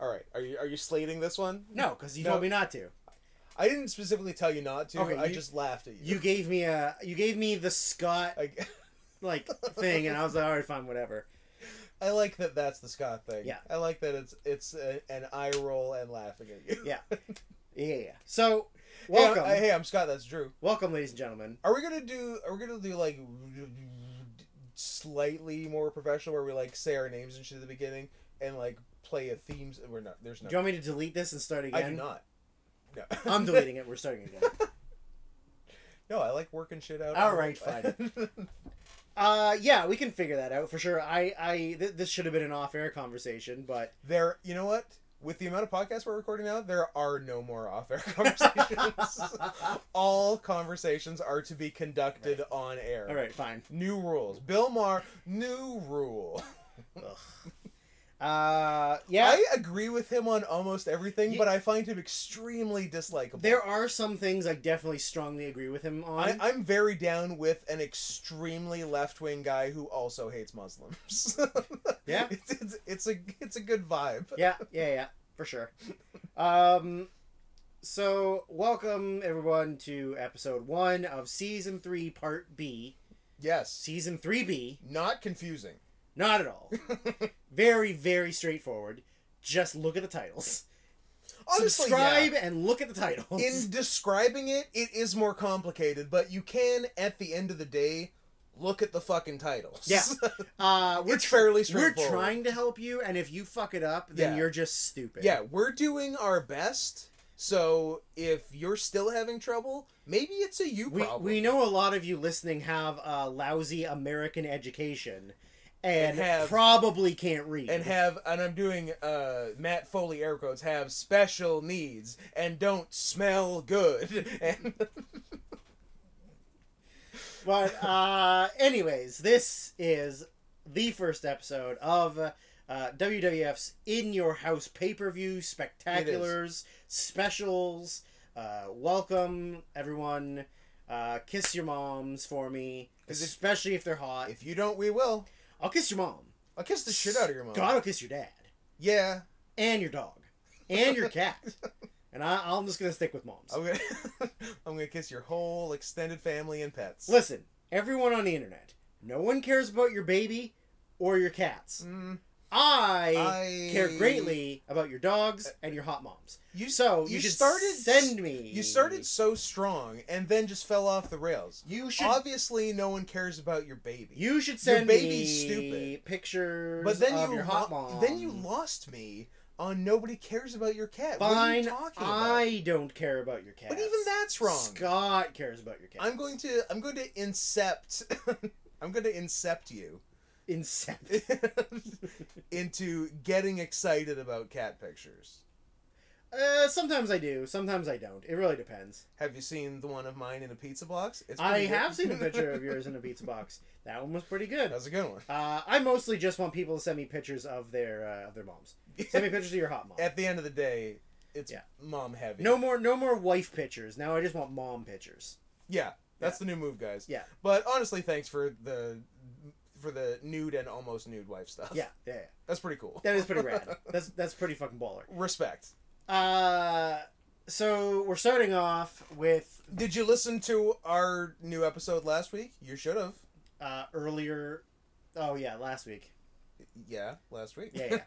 All right. Are you are you slating this one? No, because you No. told me not to. I didn't specifically tell you not to. Okay, I you- just laughed at you. You gave me a you gave me the Scott I, like thing, and I was like, all right, fine, whatever. I like that. That's the Scott thing. Yeah. I like that. It's it's a, an eye roll and laughing at you. Yeah. Yeah. yeah. So Hey, I'm- welcome, Hey, I'm Scott. That's Drew. welcome, ladies and gentlemen. Are we gonna do? Are we gonna do like slightly more professional, where we like say our names and shit at the beginning, and like play a themes? We're not. There's no. Do you want me to delete this and start again? I do not. No. I'm deleting it. We're starting again. no, I like working shit out. All right, Uh, yeah, we can figure that out for sure. I, I, th- this should have been an off-air conversation, but there. You know what? With the amount of podcasts we're recording now, there are no more off-air conversations. All conversations are to be conducted on air. all right, fine. New rules. Bill Maher, new rule. Ugh. Uh, yeah, I agree with him on almost everything, Ye- but I find him extremely dislikable. there are some things I definitely strongly agree with him on. I, I'm very down with an extremely left wing guy who also hates Muslims. Yeah. it's, it's, it's a it's a good vibe. yeah, yeah, yeah, for sure. Um, so welcome everyone to episode one of season three, part B. Yes, Season three B, not confusing. not at all. very, very straightforward. Just look at the titles. Honestly, yeah. Subscribe and look at the titles. in describing it, it is more complicated, but you can at the end of the day look at the fucking titles. Yeah. Uh, we're It's fairly We're straightforward. trying to help you, and if you fuck it up, then Yeah. you're just stupid. Yeah, we're doing our best. So if you're still having trouble, maybe it's a you We, problem. we know a lot of you listening have a lousy American education and, And have- probably can't read. and have and I'm doing uh Matt Foley air quotes have special needs and don't smell good and but, uh, anyways, this is the first episode of uh, WWF's In Your House pay per view spectaculars, specials. Uh, welcome, everyone. Uh, kiss your moms for me, 'Cause if- especially if they're hot. if you don't we will. I'll kiss your mom. I'll kiss the shit out of your mom. God, I'll kiss your dad Yeah. and your dog and your cat. and I, I'm just gonna stick with moms. I'm gonna I'm gonna kiss your whole extended family and pets. Listen, everyone on the internet, no one cares about your baby or your cats. Mm, I, I care greatly about your dogs and your hot moms. You So you, you should started- send me. you started so strong and then just fell off the rails. You should. Obviously, no one cares about your baby. you should send baby's me stupid. pictures. But then of you your hot lo- mom. then you lost me on nobody cares about your cat. what are Fine, you talking about? I don't care about your cat. But even that's wrong. Scott cares about your cat. I'm going to I'm going to incept I'm going to incept you Incept. into getting excited about cat pictures. Uh, sometimes I do. Sometimes I don't. It really depends. Have you seen the one of mine in a pizza box? It's I pretty good. have seen a picture of yours in a pizza box. That one was pretty good. That's a good one. Uh, I mostly just want people to send me pictures of their uh, of their moms. Send me pictures of your hot mom. At the end of the day, it's Yeah. mom heavy. No more no more wife pictures. Now I just want mom pictures. Yeah, that's the new move, guys. Yeah. But honestly, thanks for the for the nude and almost nude wife stuff. Yeah, yeah, yeah. That's pretty cool. that is pretty rad. That's that's pretty fucking baller. Respect. Uh, so we're starting off with Did you listen to our new episode last week? You should have. uh, earlier. Oh yeah, last week. Yeah, last week. Yeah,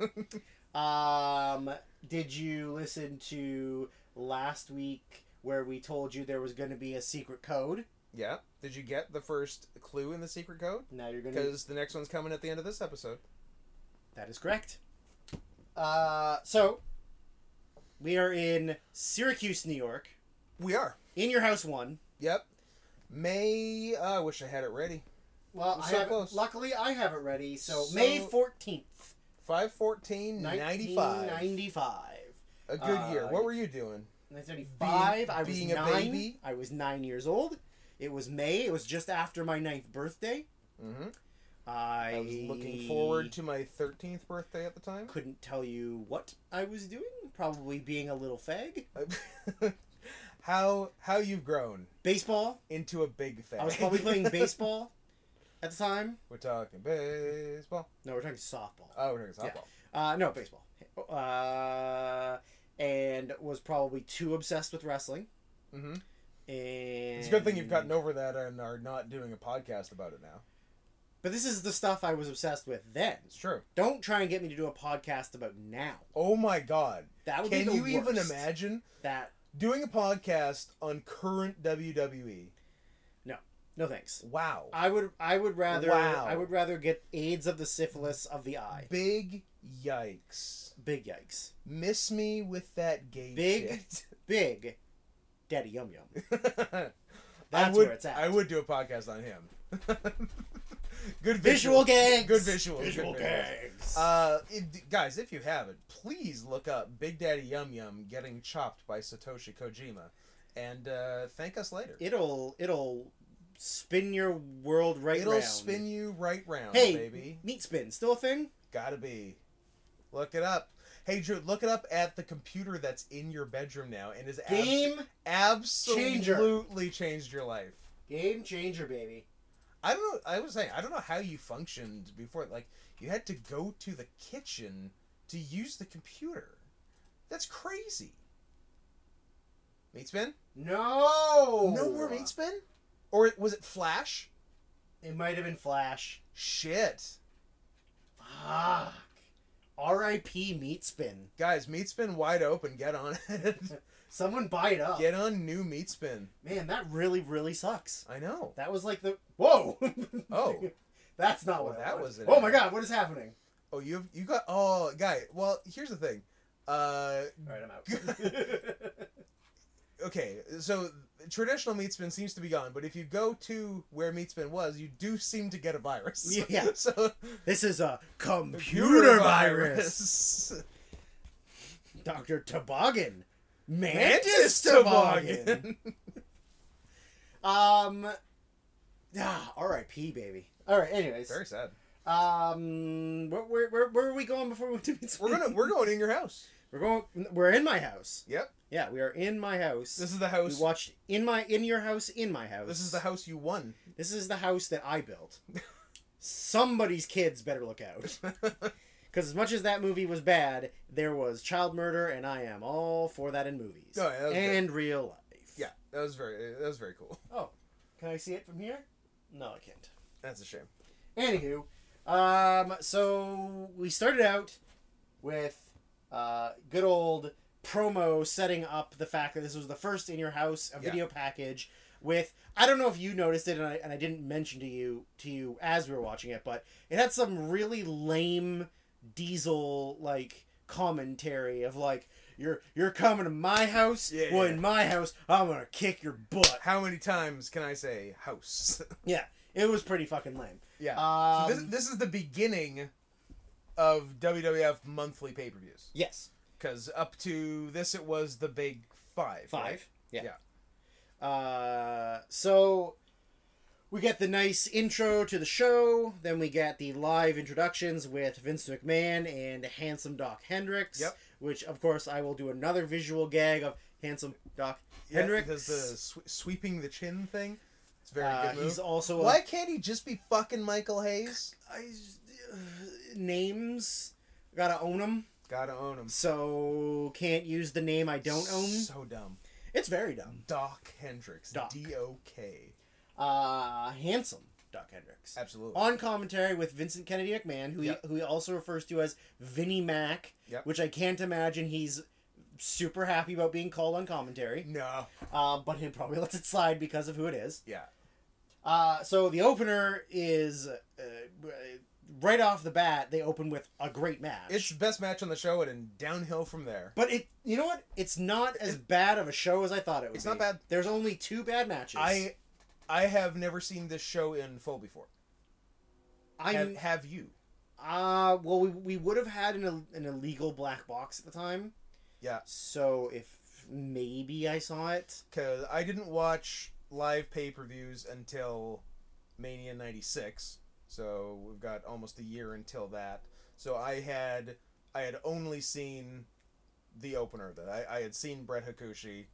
yeah. um, did you listen to last week where we told you there was going to be a secret code? Yeah. Did you get the first clue in the secret code? Now you're going to. Because the next one's coming at the end of this episode. That is correct. Uh, so we are in Syracuse, New York, We are. in your house one. Yep. May. ah, I wish I had it ready. Well, We're I so have it- close. luckily I have it ready. So, So- May fourteenth, 514 95. ninety-five. A good year. Uh, What were you doing? 1995. I was being a nine. baby? I was nine years old. It was May. It was just after my ninth birthday. hmm I, I was looking forward to my 13th birthday at the time. Couldn't tell you what I was doing. Probably being a little fag. how how you've grown Baseball. into a big fan. I was probably playing baseball at the time. we're talking baseball. No, we're talking softball. Oh, we're talking Yeah. softball. Uh, no, baseball. Uh, uh, and was probably too obsessed with wrestling. hmm And It's a good thing you've gotten over that and are not doing a podcast about it now. But this is the stuff I was obsessed with then. It's true. Don't try and get me to do a podcast about now. Oh my god. That would Can be the you even worst. imagine that? doing a podcast on current WWE? No thanks. Wow. I would I would rather Wow. I would rather get AIDS of the syphilis of the eye. Big yikes. Big yikes. Miss me with that gay Big Big Daddy Yum Yum. shit. I That's would, where it's at. I would do a podcast on him. good Visual gags. Good visual. Visual good visuals. gags. Uh, it, guys, if you haven't, please look up Big Daddy Yum Yum getting chopped by Satoshi Kojima, and uh, thank us later. it'll it'll spin your world right It'll round. spin you right round, Hey, baby. neat spin. Still a thing? Gotta be. Look it up. Hey, Drew, look it up at the computer that's in your bedroom now and has abs- Game changer. absolutely changed your life. game changer, baby. I don't know. I was saying, I don't know how you functioned before. Like, you had to go to the kitchen to use the computer. That's crazy. Meat spin? No. No more meat spin? Or was it Flash? It might have been Flash. Shit. Fuck. R.I.P. Meat Spin. Guys, meat spin wide open. Get on it. Someone buy it up. Get on new meat spin. Man, that really, really sucks. I know. That was like the whoa. Oh. that's not Well, what I that wanted. was an Oh my ad. god, what is happening? Oh, you've you got oh, guy. Well, here's the thing. Uh, All right, I'm out. okay, so traditional meat spin seems to be gone, but if you go to where meat spin was, you do seem to get a virus. Yeah. so this is a computer, virus. Doctor Toboggan. Mantis Mantis Toboggan. toboggan. Um. Ah, R.I.P. Baby. All right. Anyways. Very sad. Um. Where, where, where, where are we going before we went to meet? We're gonna we're going in your house. We're going. We're in my house. Yep. Yeah, we are in my house. This is the we house. watched in my in your house in my house. This is the house you won. This is the house that I built. Somebody's kids better look out. Because as much as that movie was bad, there was child murder, and I am all for that in movies Oh, yeah, that was good. and real life. Yeah, that was very that was very cool. Oh, can I see it from here? No, I can't. That's a shame. Anywho, um, so we started out with uh, good old promo setting up the fact that this was the first in your house a Yeah. video package with I don't know if you noticed it and I, and I didn't mention to you to you as we were watching it but it had some really lame diesel like commentary of like you're you're coming to my house Yeah, well yeah. in my house I'm gonna kick your butt How many times can I say house? yeah it was pretty fucking lame yeah. um, So this, this is the beginning of WWF monthly pay per views. yes Because up to this, it was the big five. right? Five. Yeah. Uh, so we get the nice intro to the show. Then we get the live introductions with Vince McMahon and handsome Doc Hendricks. Yep. Which, of course, I will do another visual gag of handsome Doc Yeah, Hendricks. Does the sw- sweeping the chin thing. It's a very Uh, good. Move. he's also Why a, can't he just be fucking Michael Hayes? I, uh, names. Gotta own them. Gotta own him. So can't use the name I don't own. So dumb. It's very dumb. Doc Hendricks. Doc. D O K. Uh, handsome Doc Hendricks. Absolutely. on commentary with Vincent Kennedy McMahon, who Yep. he, who he also refers to as Vinnie Mac, Yep. which I can't imagine he's super happy about being called on commentary. no. Um, but he probably lets it slide because of who it is. Yeah. Uh, so the opener is uh, right off the bat. They open with a great match. It's the best match on the show, and then downhill from there. but it you know what? It's not as bad of a show as I thought it was. It's not bad. There's only two bad matches. I, I have never seen this show in full before. I Have, have you? Uh, well, we, we would have had an, Ill- an illegal black box at the time. Yeah. So if maybe I saw it. Because I didn't watch live pay per views until Mania 96. So we've got almost a year until that. So I had I had only seen the opener that I, I had seen Brett Hakushi,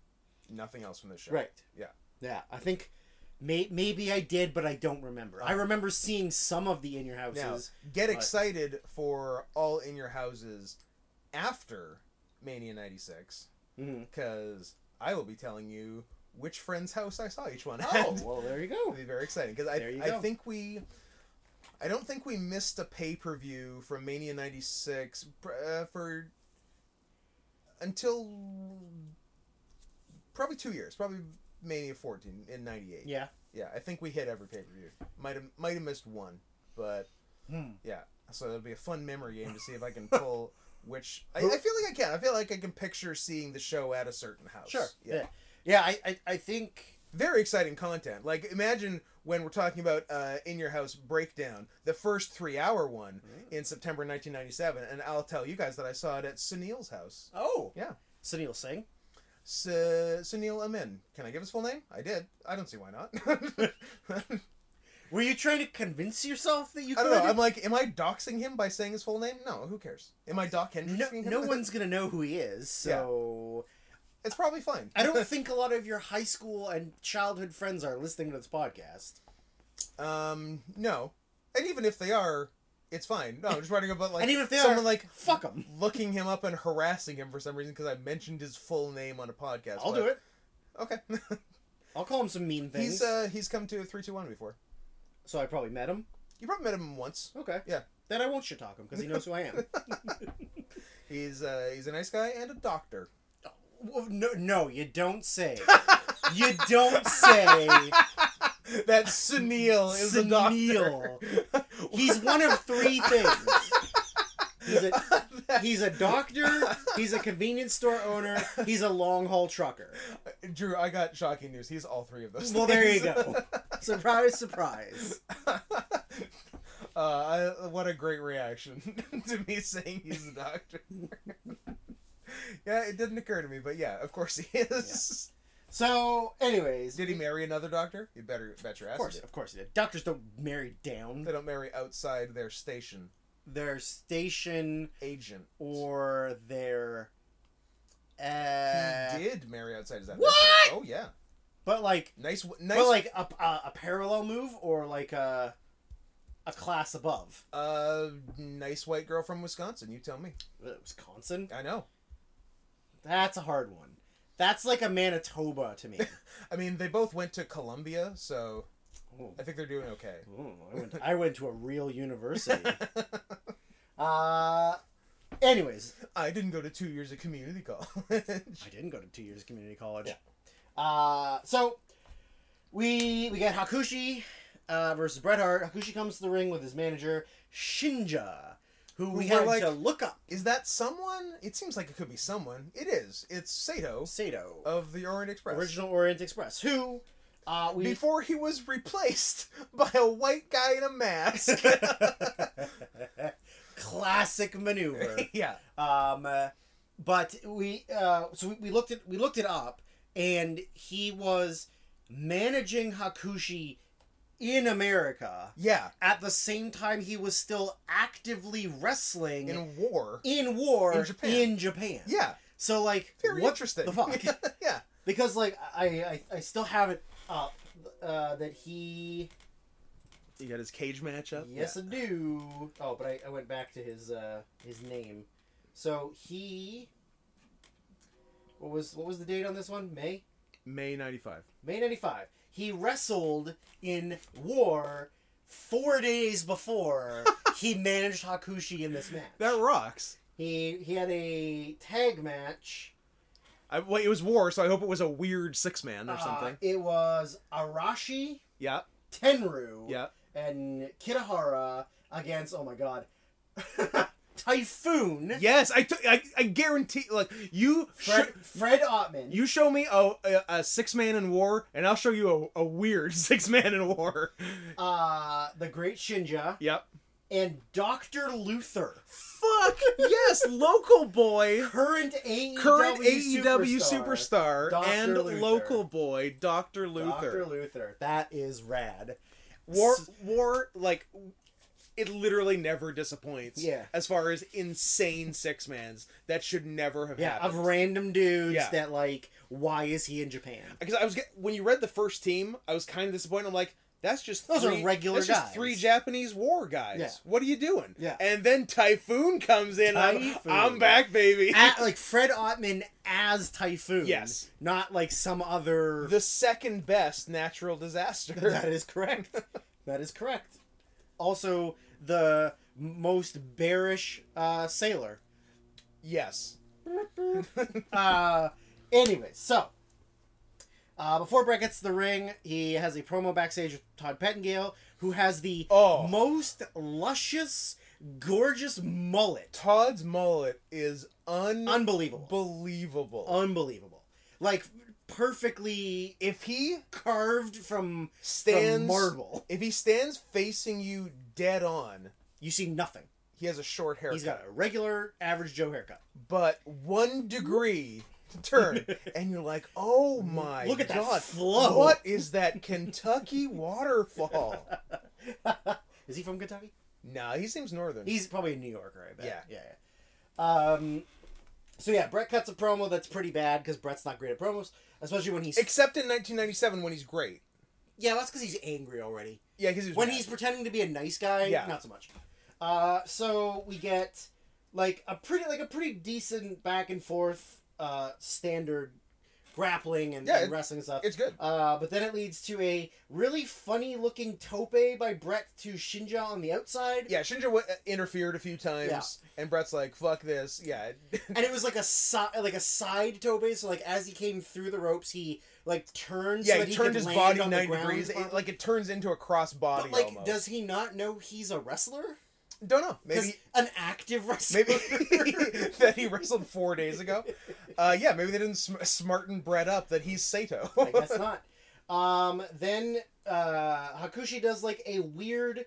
nothing else from the show. Right. Yeah. Yeah, I think may, maybe I did, but I don't remember. Oh. I remember seeing some of the in your Now houses. get but- excited for all in your houses after Mania 96 hmm because I will be telling you which friend's house I saw each one at. Oh, well, there you It'll go. be very exciting because There I, you I go. think we I don't think we missed a pay per view from Mania '96 uh, for until probably two years, probably Mania 14 in '98. Yeah. yeah, I think we hit every pay per view. Might have might have missed one, but Hmm. yeah. So it'll be a fun memory game to see if I can pull which I, I feel like I can. I feel like I can picture seeing the show at a certain house. Sure. Yeah. Yeah. Yeah. I, I, I think. very exciting content. Like imagine when we're talking about uh, in your house breakdown, the first three hour one in September 1997, and I'll tell you guys that I saw it at Sunil's house. Oh. Yeah. Sunil Singh. S- Sunil Amin. Can I give his full name? I did. I don't see why not. I Were you trying to convince yourself that you could? don't know. I'm like, am I doxing him by saying his full name? No, who cares? Am I doc Hendrixing no, him? no one's gonna know who he is, so It's probably fine. I don't think a lot of your high school and childhood friends are listening to this podcast. Um, no. And even if they are, it's fine. No, I'm just writing about like and even if they someone are, like fuck them. looking him up and harassing him for some reason because I mentioned his full name on a podcast. I'll do it. Okay. I'll call him some mean things. he's uh he's come to three two one before. so I probably met him. You probably met him once. Okay. Yeah. Then I won't shit talk him because he knows who I am. He's uh he's a nice guy and a doctor. Well, Oh, no, no, you don't say. you don't say. That Sunil is a doctor. Sunil. He's one of three things. He's a, he's a doctor. He's a convenience store owner. He's a long haul trucker. Drew, I got shocking news. He's all three of those. Well, there you things. go. Surprise, surprise. uh, I, what a great reaction to me saying he's a doctor. yeah, it didn't occur to me, but yeah, of course he is. So, anyways, Did he marry another doctor? You better bet your ass. he Of course, did. of course, he did. Doctors don't marry down They don't marry outside their station their station agent. or their. Uh, he did marry outside his What? station. Oh yeah, but like, nice, w- nice. but like a, a, a parallel move or like a a class above. uh, nice white girl from Wisconsin. You tell me. Uh, Wisconsin. I know. That's a hard one. That's like a Manitoba to me. I mean, they both went to Columbia, so Ooh. I think they're doing okay. Ooh, Oh, I, went I went to a real university. Uh, anyways, I didn't go to two years of community college. I didn't go to two years of community college. Uh, so we we get Hakushi uh, versus Bret Hart. Hakushi comes to the ring with his manager Shinja, who we We're had like- to look up. Is that someone? It seems like it could be someone. It is. It's Sato Sato, of the Orient Express. original Orient Express, who uh, we Before he was replaced by a white guy in a mask. classic maneuver. yeah. Um, uh, but we uh, so we, we looked it we looked it up, and he was managing Hakushi in America Yeah. at the same time he was still actively wrestling in, In war. war In Japan. in Japan. Yeah. So like, Very what interesting. the fuck? yeah. because like I, I I still have it up uh, that he. You got his cage match up? Yes, I do. Oh, but I, I went back to his uh, his name. So he. What was what was the date on this one? May May 95. May ninety five. He wrestled in War four days before he managed Hakushi in this match. That rocks. He he had a tag match I, well, it was war, so I hope it was a weird six man or Uh, something. It was Arashi, Yeah. Tenru, Yeah. and Kitahara against oh my god, Typhoon. Yes, I took. I, I guarantee. Like you, Fred, sho- Fred Ottman. You show me a, a, a six man in war, and I'll show you a, a weird six man in war. uh, the Great Shinja Yep. and Doctor Luther, Fuck yes, local boy, current AEW current AEW E superstar, superstar, Dr. and Luther. local boy, Doctor Luther. Doctor Luther. That is rad. War, war, like it literally never disappoints. Yeah. As far as insane six mans, that should never have Yeah, of happened. random dudes Yeah. that like, why is he in Japan? because I was get, when you read the first team, I was kind of disappointed. I'm like, That's just Those are three- regular That's just guys. three Japanese war guys. Yeah. What are you doing? Yeah. And then Typhoon comes in. I'm, Typhoon. I'm back, baby. At, like Fred Ottman as Typhoon. Yes. Not like some other. The second best natural that disaster. is correct. that is correct. Also, the most bearish uh, sailor. yes. uh, anyways, so uh, before Brett gets the ring, he has a promo backstage with Todd Pettingale, who has the Oh. most luscious, gorgeous mullet. Todd's mullet is unbelievable. Unbelievable. Unbelievable. Like perfectly if he carved from, from stands marble. if he stands facing you dead on, You see nothing. he has a short haircut. He's got a regular average Joe haircut. but one degree turn and you're like oh my Look at that god flow. what is that kentucky waterfall Is he from Kentucky? nah he seems northern He's probably a New Yorker, I bet. Yeah. Yeah. yeah. Um, so yeah, Brett cuts a promo that's pretty bad because Brett's not great at promos, especially when he's except in 1997 when he's great yeah, that's because he's angry already. yeah because he was When mad. he's pretending to be a nice guy, Yeah. not so much. Uh, so we get like a pretty like a pretty decent back and forth uh, standard grappling and, Yeah, and it- wrestling stuff. it's good Uh, but then it leads to a really funny looking tope by Brett to Shinja on the outside. yeah shinja w- interfered a few times and brett's like fuck this yeah and it was like a side, like a side tobe. So like as he came through the ropes, he like turned. so yeah that he he turned could his land body on the 90 ground degrees it, properly. like it turns into a cross body but like, almost. does he not know he's a wrestler? don't know Because maybe an active wrestler. Maybe that he wrestled four days ago. Uh, yeah, maybe they didn't sm- smarten Brett up that he's Sato. I guess not. Um, then uh, Hakushi does like a weird,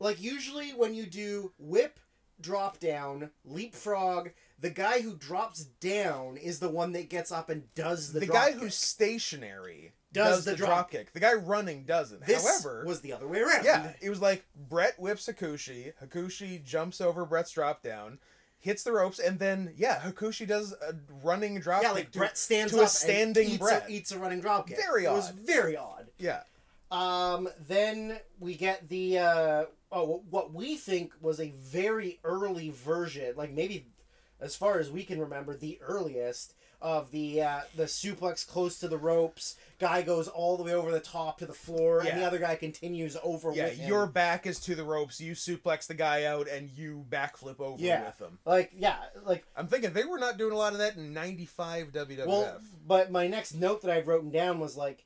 like usually when you do whip, drop down, leapfrog, the guy who drops down is the one that gets up and does the. the drop guy kick. who's stationary Does the drop drop kick. The guy running doesn't. This However, was the other way around. yeah, it was like Brett whips Hakushi. Hakushi jumps over Brett's drop down, hits the ropes, and then yeah, Hakushi does a running drop Yeah, kick. like to- Brett stands to a up standing and eats, Brett. A, eats a running drop kick. Very it was odd. very odd. Yeah, Um, then we get the uh, oh, what we think was a very early version, like maybe as far as we can remember, the earliest of the uh, the suplex close to the ropes. Guy goes all the way over the top to the floor, and the Yeah. other guy continues over yeah. with him. Your back is to the ropes. You suplex the guy out, and you backflip over Yeah. with him. like yeah, like I'm thinking they were not doing a lot of that in '95 WWF. well, but my next note that I've written down was like,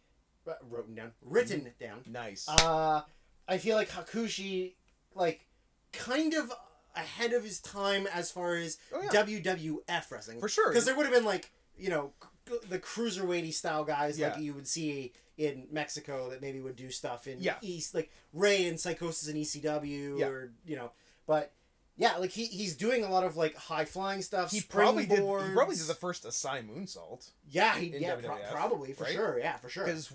written down, written down. nice. Uh, I feel like Hakushi, like, kind of ahead of his time as far as Oh, yeah. WWF wrestling. For sure. Because there would have been, like, you know, c- the cruiserweighty style guys Yeah. like you would see in Mexico that maybe would do stuff in Yeah. East, like Ray and Psychosis in ECW Yeah. or, you know, but. Yeah, like he, he's doing a lot of like high flying stuff. he probably did. He springboards. probably did the first Asai moonsault yeah, he, in yeah, pro- WWF, probably for right? sure. Yeah, for sure. because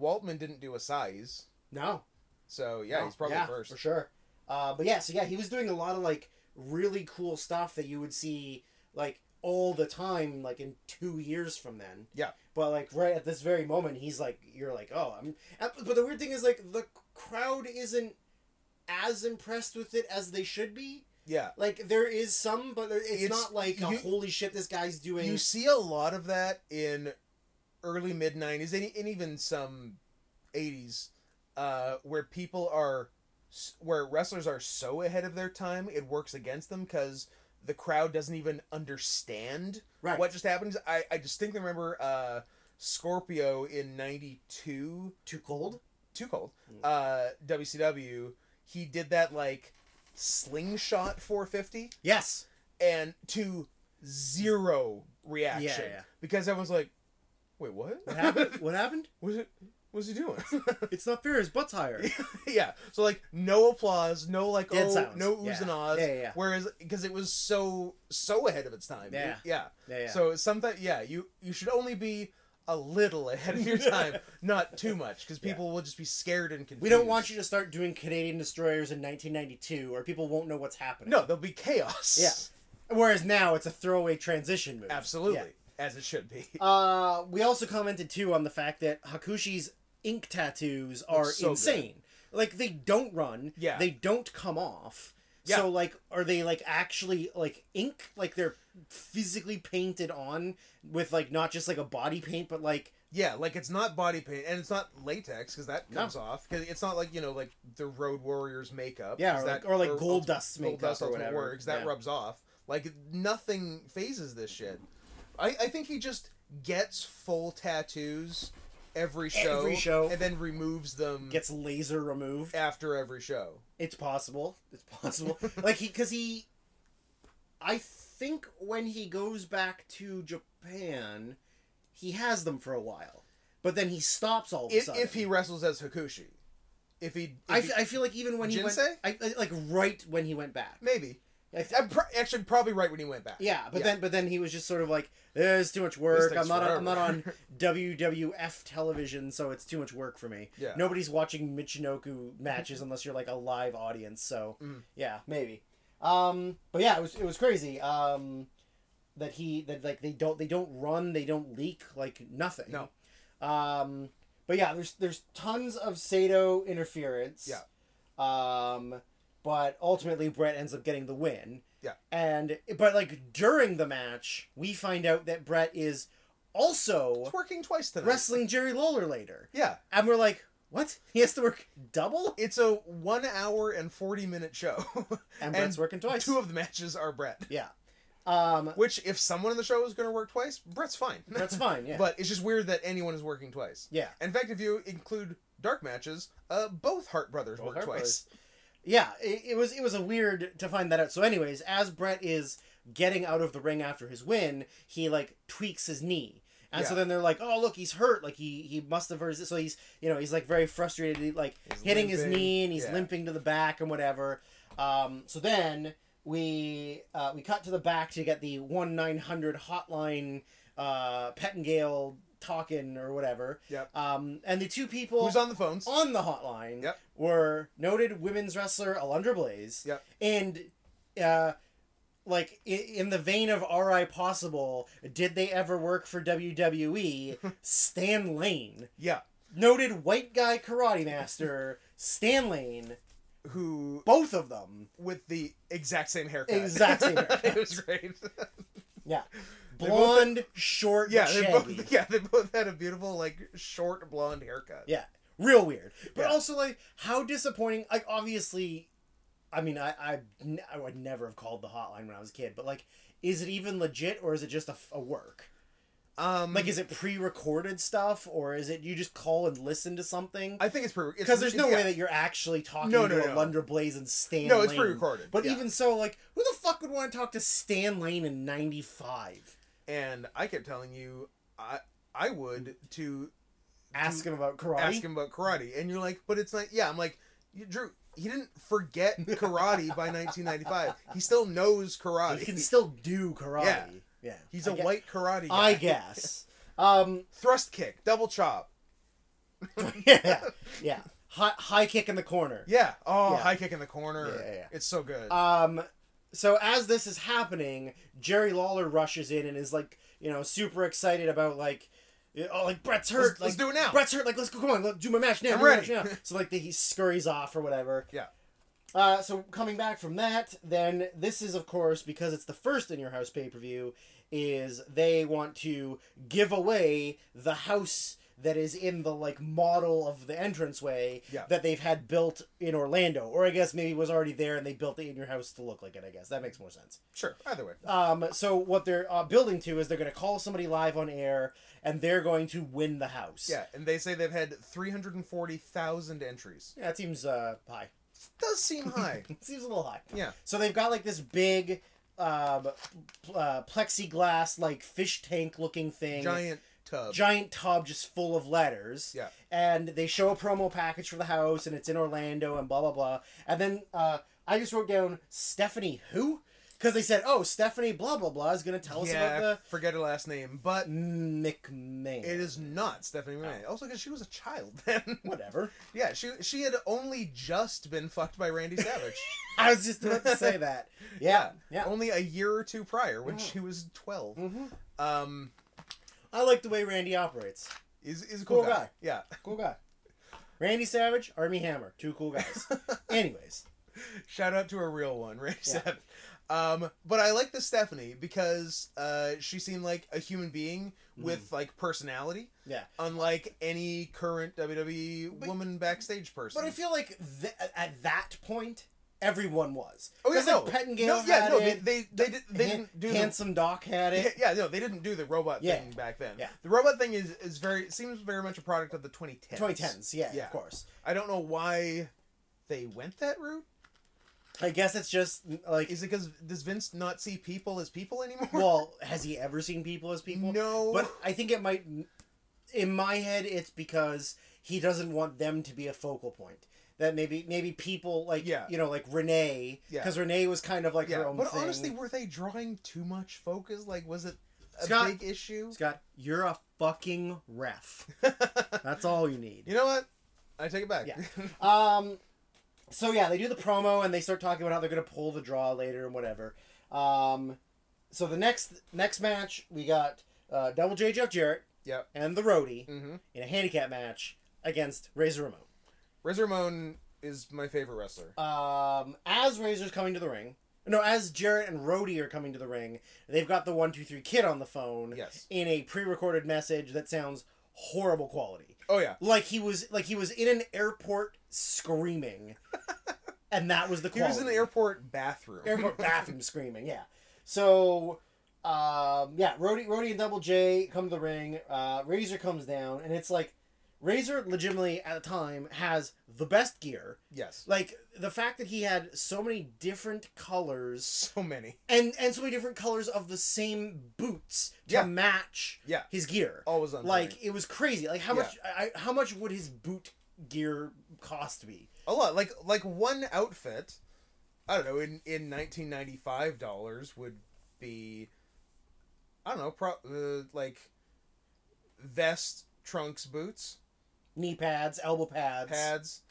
Waltman didn't do Asai's. No, So yeah, No, he's probably yeah, first. for sure. Uh, but yeah, so yeah, he was doing a lot of like really cool stuff that you would see like all the time, like in two years from then. Yeah. But like right at this very moment, he's like, you're like, oh, I'm. uh, But the weird thing is like the crowd isn't as impressed with it as they should be. Yeah. Like there is some, but there- it's, It's- not like a you- holy shit, this guy's doing. You see a lot of that in early mid '90s and, and even some '80s, uh, where people are, s- where wrestlers are so ahead of their time, it works against them because the crowd doesn't even understand right. what just happened. I I distinctly remember uh, Scorpio in '92. too cold? too cold. Mm. Uh, WCW, he did that like slingshot 450 Yes. and to zero reaction yeah. because everyone's like, "Wait, what? What happened? what happened? was it? What's he doing?" It's not fair. His butt's higher. yeah. So like no applause, no like Dead oh, silence. no oohs Yeah. and ahs. Yeah, yeah, yeah. Whereas because it was so so ahead of its time. Yeah. Yeah. Yeah, yeah. So sometimes yeah, you you should only be a little ahead of your time, not too much, because Yeah. people will just be scared and confused. We don't want you to start doing Canadian destroyers in 1992, or people won't know what's happening. No, there'll be chaos. Yeah. Whereas now it's a throwaway transition move. Absolutely. As it should be. Yeah. Uh, we also commented too on the fact that Hakushi's ink tattoos are so good. insane. like they don't run. Yeah. They don't come off. Yeah. So like are they like actually like ink like they're physically painted on with like not just like a body paint but like Yeah, like it's not body paint and it's not latex because that No. comes off. 'Cause it's not like you know like the Road Warriors makeup. Yeah, 'cause or that- like- or like gold Ultimate- dust makeup or Ultimate whatever. Warrior, 'cause that Yeah. rubs off. Like nothing phases this shit. I I think he just gets full tattoos every show, Every show. and then removes them gets laser removed. after every show. It's possible. It's possible. like he, because he, I think when he goes back to Japan, he has them for a while, but then he stops all of a If, sudden. if he wrestles as Hakushi, if he, if I, he- f- I feel like even when he went, Jinsei? I, I- like right when he went back. maybe I th- I'm pro- actually probably right when he went back. yeah, but Yeah. then but then he was just sort of like, "There's too much work. takes I'm not on, I'm not on forever." WWF television, so it's too much work for me. Yeah. Nobody's watching Michinoku matches unless you're like a live audience. So Mm. yeah, maybe. Um, but yeah, it was it was crazy. Um, that he that like they don't they don't run, they don't leak, like nothing. No. Um, but yeah, there's there's tons of Sato interference. Yeah. Um, but ultimately Brett ends up getting the win. Yeah. And but like during the match, we find out that Brett is also It's working twice tonight. wrestling Jerry Lawler later, yeah, and we're like, what? He has to work double, it's a one hour and forty minute show. and Brett's working twice. Two of the matches are Brett. yeah. Um, Which, if someone on the show is going to work twice, Brett's fine. that's fine. Yeah. But it's just weird that anyone is working twice. yeah. In fact, if you include dark matches, uh, both Hart brothers Both work Hart twice. yeah it, it was it was a weird to find that out so anyways as brett is getting out of the ring after his win he like tweaks his knee and so Yeah. then they're like oh look he's hurt like he he must have hurt his so he's you know he's like very frustrated he, like He's hitting his limping. knee and he's Yeah. limping to the back and whatever um so then we uh, we cut to the back to get the 1-900 hotline uh pettingale talking or whatever Yep. um and the two people Who's on the phones? on the hotline Yep. were noted women's wrestler Alundra Blaze Yep. and uh, like i- in the vein of RI Possible, did they ever work for WWE? Stan Lane, Yeah. noted white guy karate master Stan Lane, Who, both of them with the exact same haircut. Exact same haircut. it was great. They both- blonde, short, yeah, yeah, they both, yeah, they both had a beautiful, like, short blonde haircut. Yeah. real weird. But Yeah. also like how disappointing. Like obviously, I mean, I I n- I would never have called the hotline when I was a kid. But like, is it even legit or is it just a, f- a work? Um, Like, is it pre-recorded stuff or is it you just call and listen to something? I think it's pretty. Because there's no way that you're actually talking No, no, to no. a Lunder Blaze and Stan. No, it's Lane. pre-recorded, But yeah. even so, like, who the fuck would want to talk to Stan Lane in '95? And I kept telling you, I, I would to Ask him about karate. ask him about karate, and you're like, but it's not. Yeah, I'm like, you, Drew. He didn't forget karate by 1995. He still knows karate. He can still do karate. Yeah, Yeah. He's He's a a white karate. Guy. I guess. Um, Thrust kick, double chop. yeah, yeah. High, high kick in the corner. Yeah. Oh, Yeah. high kick in the corner. Yeah, yeah, yeah. It's so good. Um, so as this is happening, Jerry Lawler rushes in and is like, you know, super excited about like, oh, like Brett's Let's- hurt. like, let's do it now. Brett's hurt. Like, let's go. Come on, let's do my match now. I'm do my ready. match now. So like, the, he scurries off or whatever. Yeah. Uh, so coming back from that, then this is of course because it's the first in your house pay per view, is they want to give away the house that is in the like model of the entranceway Yeah. that they've had built in Orlando, or I guess maybe it was already there and they built it in your house to look like it. I guess that makes more sense. sure. Either way. Um, so what they're uh, building to is they're going to call somebody live on air and they're going to win the house. Yeah, and they say they've had 340,000 entries. yeah, that seems uh, high. Does seem high. seems a little high. Yeah. So they've got like this big um, pl- uh, plexiglass, like fish tank looking thing, Giant tub. giant tub just full of letters. Yeah. And they show a promo package for the house, and it's in Orlando, and blah blah blah. And then uh, I just wrote down Stephanie who, because they said, oh Stephanie blah blah blah is gonna tell us yeah, about forget her last name, but the McMahon. it is not Stephanie McMahon. Oh. Also, because she was a child then. whatever. yeah, she she had only just been fucked by Randy Savage. I was just about to say that. Yeah. Yeah. Mm. only a year or two prior when Yeah. she was 12 hmm um I like the way Randy operates. is is a cool, Cool guy. guy. yeah Cool guy. Randy Savage, Army Hammer, two cool guys. Anyways, Shout out to a real one, Ray Yeah. Sepp. Um, but I like the Stephanie because uh, she seemed like a human being with like personality. Mm. Yeah. Unlike any current WWE But- woman backstage person. but I feel like th- at that point, everyone was. oh yeah, 'Cause, like, no, Pettingale no, yeah, had no, it. they they they, did, they Han- didn't do the, handsome Doc had it. yeah, no, they didn't do the robot Yeah. thing back then. Yeah. The robot thing is is very seems very much a product of the 2010s. 2010s, yeah, Yeah. of course. I don't know why they went that route. I guess it's just like, Is it because does Vince not see people as people anymore? well, has he ever seen people as people? no, But I think it might, in my head, it's because he doesn't want them to be a focal point. That maybe maybe people like Yeah. you know like Renee Yeah. because Renee was kind of like her Yeah, own but thing. honestly, were they drawing too much focus? Like, was it a Scott- big issue? Scott, you're a fucking ref. That's all you need. You know what? I take it back. Yeah. Um, so yeah, they do the promo and they start talking about how they're gonna pull the draw later and whatever. Um, so the next next match we got uh, Double J Jeff Jarrett Yep. and the Roadie mm-hmm. in a handicap match against Razor Ramon. Razor Ramon is my favorite wrestler. Um, as Razor's coming to the ring, no, as Jarrett and Roadie are coming to the ring, they've got the one two three kid on the phone Yes. in a pre-recorded message that sounds horrible quality. Oh yeah. Like he was like he was in an airport screaming, and that was the He quality. was in the airport bathroom. airport bathroom screaming. Yeah. So, um, yeah, Rody, Rody and Double J come to the ring. Uh, Razor comes down, and it's like Razor legitimately at the time has the best gear. yes. Like the fact that he had so many different colors So many. and and so many different colors of the same boots to Yeah. match Yeah. his gear. Always on. Like point. it was crazy. Like how Yeah. much I, how much would his boot gear cost me? a lot. Like like one outfit. I don't know. In in nineteen ninety five dollars would be. I don't know. Pro uh, like. Vest, trunks, boots. Knee pads, elbow pads. pads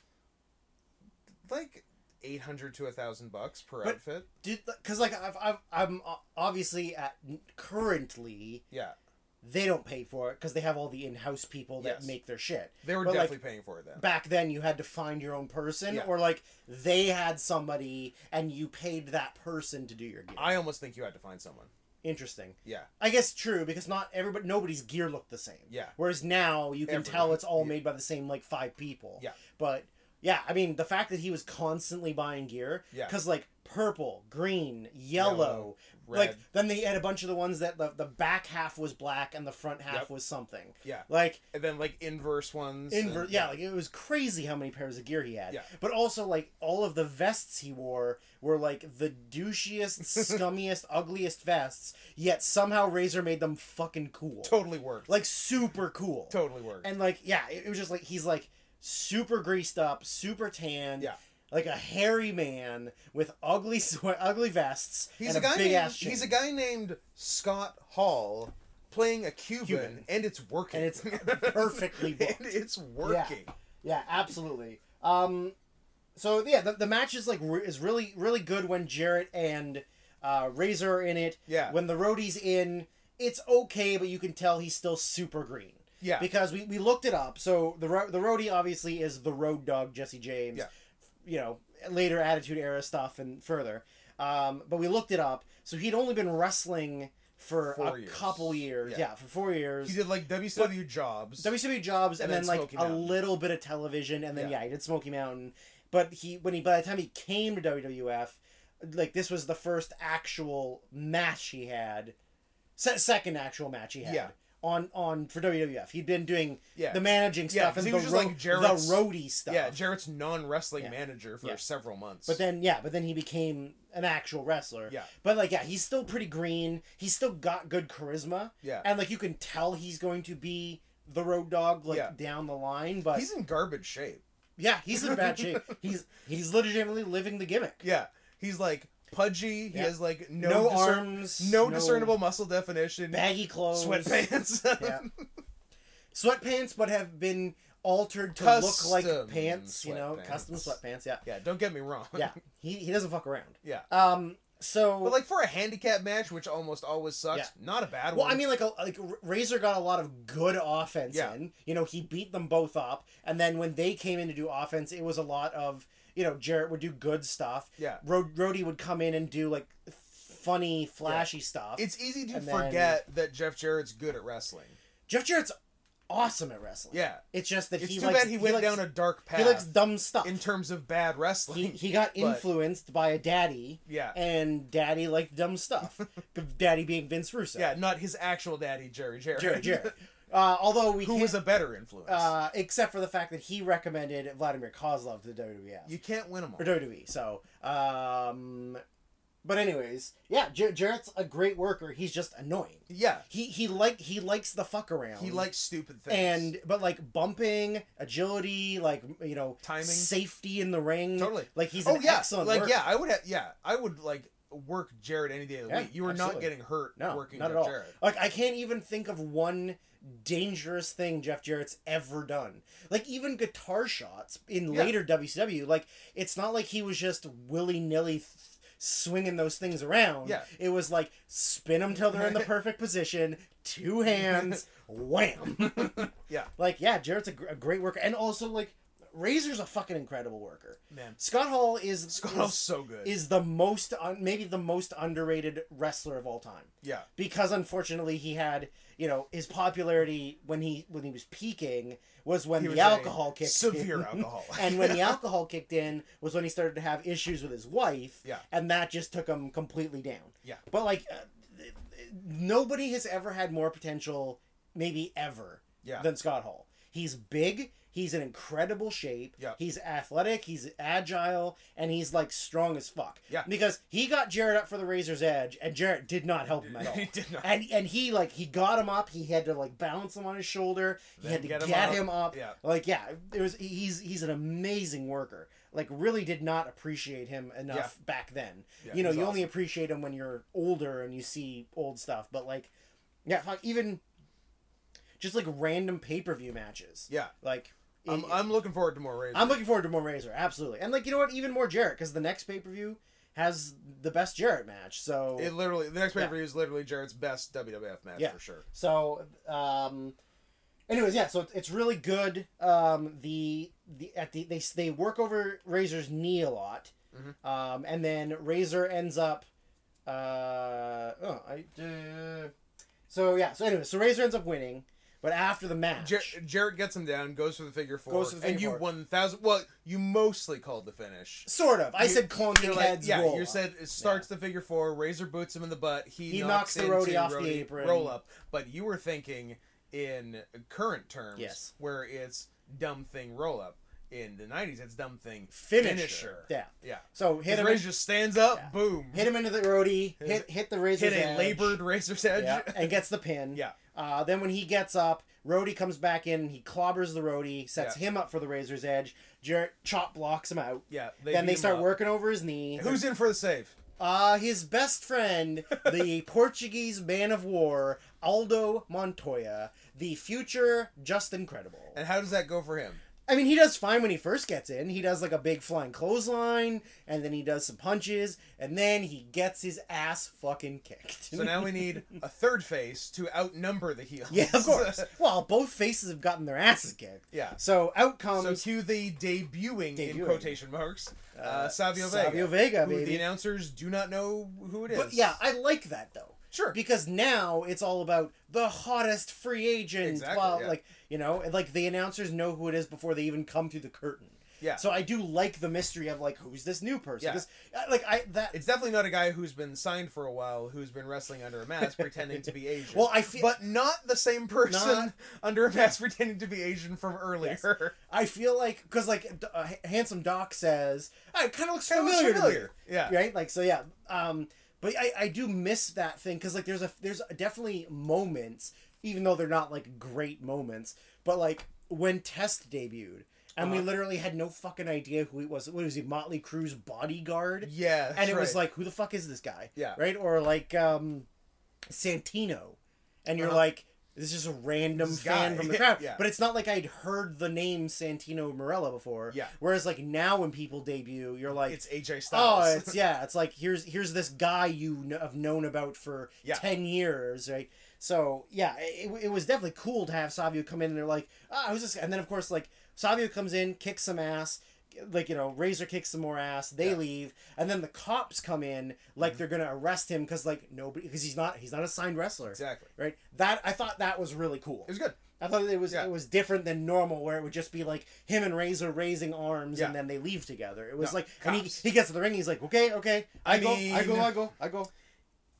like 800 to a 1000 bucks per But- outfit did because like I've, I've I'm o- obviously at currently yeah they don't pay for it because they have all the in-house people that Yes. make their shit. they were But, like, definitely paying for it then Back then, you had to find your own person, Yeah. or like they had somebody and you paid that person to do your gear. i almost think you had to find someone Interesting. yeah I guess true because not everybody, nobody's gear looked the same. yeah Whereas now you can tell Everyone. it's all Yeah. made by the same like five people. Yeah. But yeah, I mean the fact that he was constantly buying gear yeah because like purple, green, yellow Yellow. red like then they had a bunch of the ones that the, the back half was black and the front half Yep. was something yeah like and then like inverse ones inver- and- yeah like it was crazy how many pairs of gear he had Yeah. but also like all of the vests he wore were like the douchiest scummiest ugliest vests yet somehow razor made them fucking cool totally worked like super cool totally worked and like yeah it, it was just like he's like super greased up super tan Yeah. like a hairy man with ugly swe- ugly vests he's and a guy big named, ass chin. he's a guy named scott hall playing a cuban, Cuban. and it's working and it's perfectly And booked. it's working Yeah, absolutely. Um, so yeah, the, the match is like re- is really really good when Jarrett and uh, Razor are in it. yeah yeah, When the roadie's in, it's okay, but you can tell he's still super green because we, we looked it up. So the ro- the roadie obviously is the road dog Jesse James. Yeah. You know, later Attitude Era stuff and further. Um, but we looked it up. So he'd only been wrestling for Four a years. couple years. Yeah. Yeah, for four years. he did like WCW jobs WCW jobs and, And then, then like Smoky a Mountain. little bit of television and then yeah. Yeah. he did Smoky Mountain. But he when he by the time he came to WWF, like this was the first actual match he had, se- second actual match he had Yeah. on on for WWF. He'd been doing yeah the managing Yeah, stuff 'cause and he the, was just, ro- like, the Jarrett's- roadie stuff. Yeah, Jarrett's non-wrestling Yeah. manager for Yeah. several months. but then yeah, but then he became an actual wrestler. Yeah. But like yeah, he's still pretty green. He's still got good charisma. yeah, And like you can tell he's going to be the road dog like Yeah. down the line, but he's in garbage shape. Yeah, he's in bad shape. He's he's legitimately living the gimmick. Yeah, he's like pudgy. He Yeah. has like no No, discern- arms, no, discernible muscle definition. baggy clothes, Sweatpants. Yeah. sweatpants, but have been altered to look Custom like pants. You know, sweatpants. custom sweatpants. Yeah, yeah, don't get me wrong. yeah. He he doesn't fuck around. Yeah. Um. So But like for a handicap match, which almost always sucks, Yeah. not a bad Well, one. I mean, like, a, like R- Razor got a lot of good offense Yeah. in. You know, he beat them both up, and then when they came in to do offense, it was a lot of you know Jarrett would do good stuff. Yeah. Ro- Roddy would come in and do like funny, flashy stuff. it's easy to and then- forget that Jeff Jarrett's good at wrestling. Jeff Jarrett's awesome at wrestling. Yeah. it's just that It's he too likes, bad he went likes, down a dark path he likes dumb stuff. in terms of bad he, wrestling. he got but- influenced by a daddy, yeah. and daddy liked dumb stuff. daddy being Vince Russo. Yeah, not his actual daddy, Jerry Jarrett. Jarrett. Jarrett. Uh, although we who can't- was a better influence. Uh, except for the fact that he recommended Vladimir Kozlov to the WWF you can't win them all. or WWE. So, um, but anyways, yeah, Jar- Jarrett's a great worker. He's just annoying. Yeah, He he like he likes the fuck around. he likes stupid things. and but like bumping, agility, like you know, Timing. safety in the ring. Totally. Like he's oh an yeah, excellent like worker. yeah, I would have yeah, I would like work Jared any day of the Yeah, week. You are not absolutely. getting hurt No, working not with at all. Jared. Like I can't even think of one dangerous thing Jeff Jarrett's ever done. Like even guitar shots in Yeah. later WCW. Like it's not like he was just willy nilly th- swinging those things around. Yeah. it was like spin them till they're in the perfect position, two hands, wham. Yeah. like yeah, Jarrett's a, gr- a great worker, and also like Razor's a fucking incredible worker. Man, Scott Hall is Scott's is, so good. is the most un- maybe the most underrated wrestler of all time yeah, because unfortunately he had you know his popularity when he when he was peaking was when He the was a alcohol kicked severe in. alcohol. and when the alcohol kicked in was when he started to have issues with his wife Yeah. and that just took him completely down Yeah. but like uh, th- th- nobody has ever had more potential maybe ever yeah, than Scott Hall. He's big. He's in incredible shape. Yeah. He's athletic. He's agile, and he's like strong as fuck. Yeah. Because he got Jarrett up for the Razor's Edge, and Jarrett did not help him at all. he did not. And and he like he got him up. He had to like balance him on his shoulder. He Then had to get, get him up. him up. Yeah. Like yeah, it was he's he's an amazing worker. Like really did not appreciate him enough back then. Yeah, you know, he's you only appreciate him when you're older and you see old stuff. But like, yeah, fuck, even just like random pay per view matches. Yeah, Like it- I'm, I'm looking forward to more Razor. I'm looking forward to more Razor, absolutely, and like you know what, even more Jarrett because the next pay per view has the best Jarrett match. So it literally the next pay Yeah. per view is literally Jared's best WWF match Yeah. for sure. So, um, anyways, yeah. So it- it's really good. Um, the the at the they they work over Razor's knee a lot, Mhm. um, and then Razor ends up. Uh, oh, I. Uh, so yeah. So anyway, so Razor ends up winning, but after the match, Jer- Jarrett gets him down, goes for the figure four, Goes for the and figure you four. one thousand. Well, you mostly called the finish. sort of. I You- said clonking You're like, heads. yeah, roll you up. said it starts the figure four. Razor boots him in the butt. He, He knocks, knocks the into roadie off the roadie apron. Roll up. But you were thinking in current terms, Yes. where it's dumb thing roll up. In the '90s, it's dumb thing finisher. finisher. Yeah. Yeah. So hit 'Cause him. Razor just stands up, Yeah. boom, Hit him into the roadie. Hit- Hit hit the razor's hit a edge. labored razor's edge. Yeah, and gets the pin. Yeah. Uh, then when he gets up, Rhodey comes back in. He clobbers the Rhodey, sets Yeah. him up for the Razor's Edge. Jarrett chop blocks him out. Yeah, they then beat they him start up. working over his knee. Who's in for the save? uh, his best friend, the Portuguese man of war Aldo Montoya, the future just incredible. And how does that go for him? I mean, he does fine when he first gets in. He does like a big flying clothesline, and then he does some punches, and then he gets his ass fucking kicked. So now we need a third face to outnumber the heels. yeah, of course. well, both faces have gotten their asses kicked. yeah. So out comes So cue the debuting, in Um, Debuting. quotation marks, uh, Uh, Savio, Vega, Savio Vega, who the baby. announcers do not know who it is. But yeah, I like that though. sure. Because now it's all about the hottest free agent. Exactly, while, yeah. Like, you know, and, like the announcers know who it is before they even come through the curtain. yeah, So I do like the mystery of like who's this new person? Yeah. Because like I that it's definitely not a guy who's been signed for a while, who's been wrestling under a mask pretending to be Asian. well I feel but not the same person Not- under a mask pretending to be Asian from earlier. I feel like because like D- uh, handsome Doc says "Ah, it kind of looks Kinda looks familiar, to me." familiar. Yeah. right like so yeah um but i i do miss that thing because like there's a there's definitely moments even though they're not like great moments but like when test debuted and we Uh-huh. literally had no fucking idea who he was what was he motley crew's bodyguard Yeah, that's and it was right. like who the fuck is this guy Yeah. right or like um santino and you're Uh-huh. like It's just a random This fan guy. from the crowd. Yeah. But it's not like I'd heard the name Santino Morella before. Yeah. Whereas like now when people debut, you're like it's AJ Styles. Oh, it's yeah. It's like here's here's this guy you kn- have known about for Yeah. ten years, right? So yeah, it, it was definitely cool to have Savio come in and they're like, ah, who's this? Guy? And then of course like Savio comes in, kicks some ass, like you know Razor kicks some more ass. They Yeah. Mm-hmm. leave, and then the cops come in like they're gonna arrest him because like nobody because he's not he's not a signed wrestler, exactly. right? That I thought that was really cool. It was good. I thought it was Yeah. it was different than normal, where it would just be like him and Razor raising arms, and Yeah. then they leave together. It was No, like, and he, cops. he gets to the ring, he's like, okay, okay, I, I go, I mean- go, I go, I go.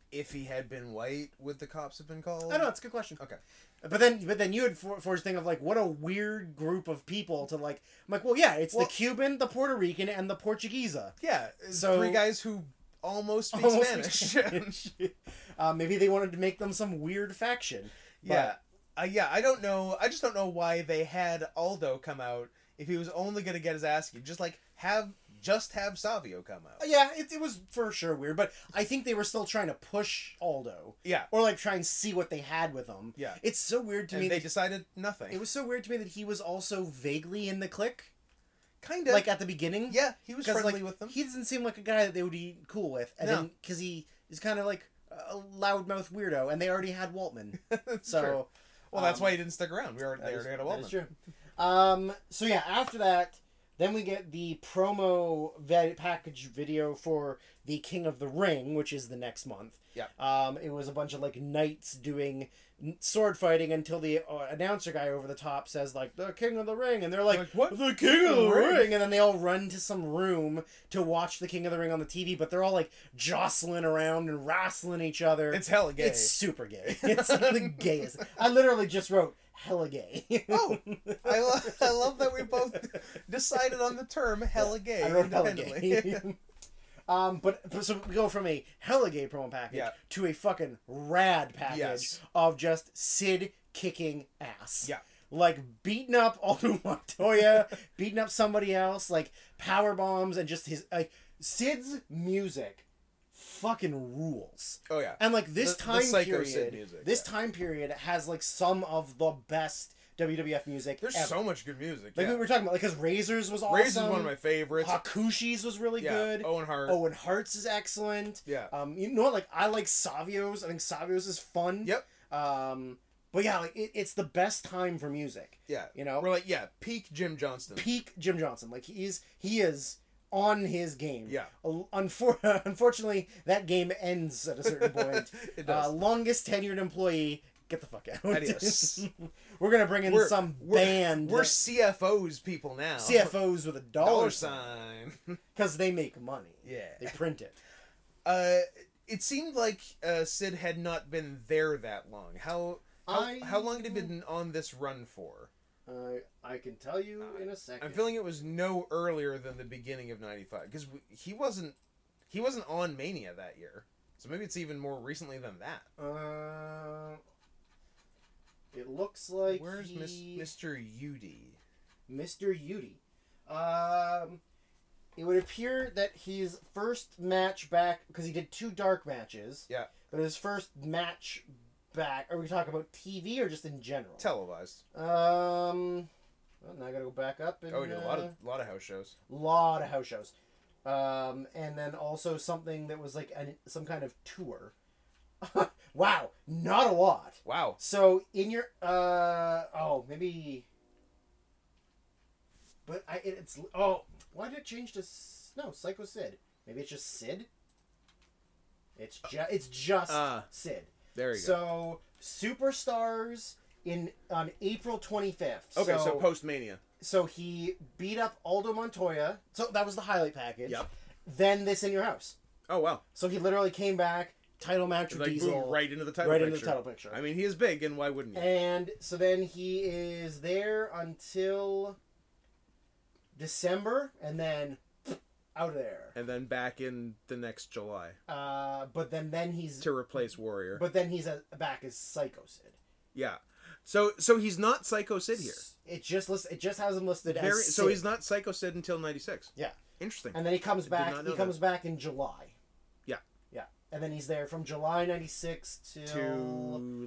If he had been white, would the cops have been called? I know it's a good question. Okay. but then but then you had for, forged thing of like what a weird group of people to like. I'm like, well, yeah, it's Well- the Cuban, the Puerto Rican, and the Portuguesa. Yeah, it's So- three guys who almost speak Almost Spanish. speak Spanish. uh, maybe they wanted to make them some weird faction. yeah, uh, yeah. I don't know. I just don't know why they had Aldo come out if he was only gonna get his ass kicked. Just like have just have Savio come out. Yeah, it, it was for sure weird, but I think they were still trying to push Aldo. Yeah. Or like try and see what they had with him. Yeah. It's so weird to and me. they that- decided nothing. it was so weird to me that he was also vaguely in the clique, kind of like at the beginning. yeah, he was 'Cause, friendly like, with them. He doesn't seem like a guy that they would be cool with, and No. then because he is kind of like a loudmouth weirdo, and they already had Waltman, That's so. true. well, that's um, why he didn't stick around. We already That they is- already had a that is Waltman. true. Um, so yeah, after that, then we get the promo vi- package video for the King of the Ring, which is the next month. Yeah. Um, it was a bunch of like knights doing n- sword fighting until the uh, announcer guy over the top says like the King of the Ring, and they're like. Like what? The King of the The Ring. Ring. and then they all run to some room to watch the King of the Ring on the TV, but they're all like jostling around and wrestling each other. It's hella gay. It's super gay. It's like the gayest. I literally just wrote hella gay. Oh, I, lo- I love that we both decided on the term hella gay. I wrote hella independently. gay. um, but, but so we go from a hella gay promo package Yeah. to a fucking rad package Yes. of just Sid kicking ass. Yeah. Like beating up Aldo Montoya, beating up somebody else, like power bombs, and just his like Sid's music, fucking rules. oh yeah. And like this The- the time Psycho Sid period, music, this yeah. time period has like some of the best WWF music. There's ever. so much good music. like yeah. we were talking about, like because Razors was awesome. Ray's is one of my favorites. Hakushi's was really yeah. good. Oh, Owen Hart. Owen Hart's is excellent. yeah. Um, you know, what, like I like Savio's. I think Savio's is fun. Yep. Um, but yeah, like it, it's the best time for music. Yeah. You know, We're like, yeah, peak Jim Johnston. peak Jim Johnson. Like he's he is on his game. Yeah. Al- Unfor- unfortunately, that game ends at a certain point. it uh, does. longest tenured employee, get the fuck out. Adios. we're gonna bring in We're- some we're- band. We're that- CFOs people now. CFOs with a dollar, dollar sign. because they make money. They yeah. print it. Uh, it seemed like uh, Sid had not been there that long. How how, I- how long had he been on this run for? Uh, I can tell you in a second. I'm feeling it was no earlier than the beginning of '95 because he wasn't he wasn't on Mania that year. So maybe it's even more recently than that. Uh, it looks like Where's Miss, he- Mr. Udi? Mr. Yudi. Um, it would appear that his first match back because he did two dark matches. Yeah. But his first match back. Are we talking about TV or just in general? Televised. um. Well, now I gotta go back up and Oh, he did a lot of uh, lot of house shows. lot of house shows, um, and then also something that was like an, some kind of tour. wow, not a lot. Wow. So in your uh oh maybe, but I it, it's oh why did it change to S- no Psycho Sid? Maybe it's just Sid. It's just it's just Ah. Sid. There So superstars in on April twenty fifth. Okay, so, post Mania. So he beat up Aldo Montoya. So that was the highlight package. Yep. Then this in your house. Oh wow! So he literally came back, title match with Like Diesel, boom, right into the title. right picture. into the title picture. I mean, he is big, and why wouldn't you? and so then he is there until December, and then out of there. And then back in the next July Uh, but then then he's to replace Warrior. but then he's uh back as Psycho Sid. yeah. So so he's not Psycho Sid here. It just list it just has him listed Very, as Sid. so he's not Psycho Sid until '96. Yeah. Interesting. and then he comes did back. not He know comes back in July. Yeah. Yeah, and then he's there from July '96 till to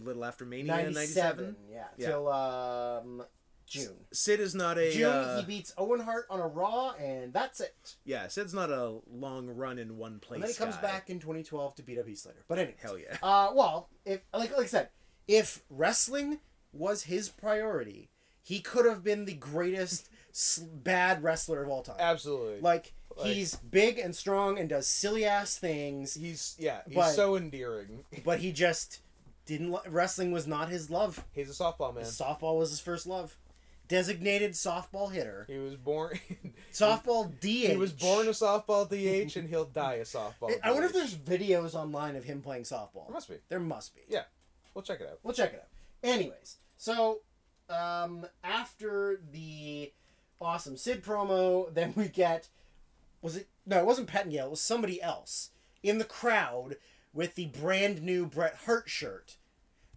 little after Mania in 97. 97. Yeah. Yeah. Till um, June. Sid is not a. June, uh, he beats Owen Hart on a Raw, and that's it. yeah, Sid's not a long run in one place. And then he comes guy. back in 2012 to beat up Heath Slater. But anyway. Hell yeah. Uh, well, if like like I said, if wrestling was his priority, he could have been the greatest s- bad wrestler of all time. Absolutely. Like, Like- he's big and strong and does silly ass things, he's yeah, he's But- so endearing. but he just didn't. Lo- wrestling was not his love. He's a softball man. Softball was his first love. Designated softball hitter. He was born. Softball DH. he was born a softball DH, and he'll die a softball. I wonder if DH. there's videos online of him playing softball. There must be. There must be. Yeah. We'll check it out. We'll check it out. Anyways, so um, after the awesome Sid promo, then we get was it no, it wasn't Pettingale, it was somebody else in the crowd with the brand new Bret Hart shirt.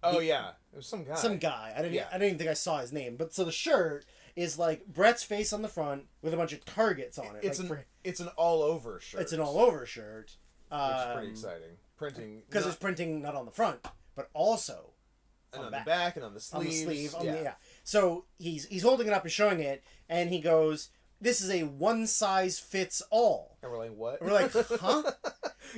Oh yeah, it was some guy. Some guy. I didn't e-, Yeah. I didn't even think I saw his name, but so the shirt is like Bret's face on the front with a bunch of targets on it. It's like an for- it's an all over shirt. it's an all over shirt. Which is pretty Um, exciting. Printing because not- it's printing not on the front, but also and on on the the back and on the sleeves. on the sleeve. On yeah. The, yeah. So he's he's holding it up and showing it, and he goes, "This is a one size fits all." And we're like, what? And we're like, huh?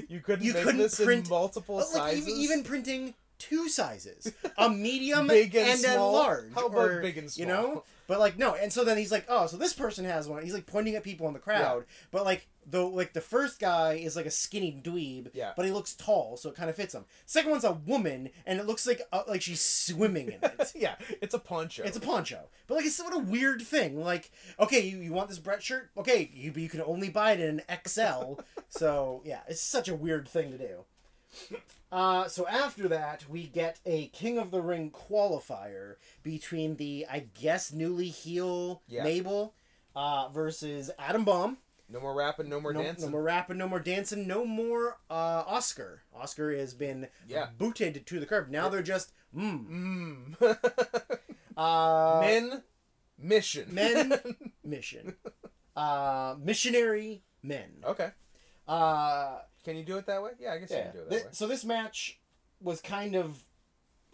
you couldn't You make couldn't this print- in multiple But like sizes. even, even printing two sizes, a medium Big and, and a small? large. How about or, big and You know. small? But like no, and so then he's like, oh, so this person has one. He's like pointing at people in the crowd, but like the like the first guy is like a skinny dweeb, Yeah. but he looks tall, so it kind of fits him. Second one's a woman, and it looks like uh, like she's swimming in it. yeah, it's a poncho. It's a poncho, but like it's what a weird thing. Like, okay, you, you want this Brett shirt? Okay, you but you can only buy it in an XL. so yeah, it's such a weird thing to do. Uh, so after that, we get a King of the Ring qualifier between the I guess newly heel Yeah. Mabel uh, versus Adam Bomb. no more rapping, no more No, no dancing. more rapping, no more dancing, no more uh, Oscar. Oscar has been Yeah. booted to the curb. Now they're just mm. Mm. Uh, men mission. men mission uh missionary men okay. uh Can you do it that way? Oh. Yeah, I guess you yeah. can do it that Th- way. so this match was kind of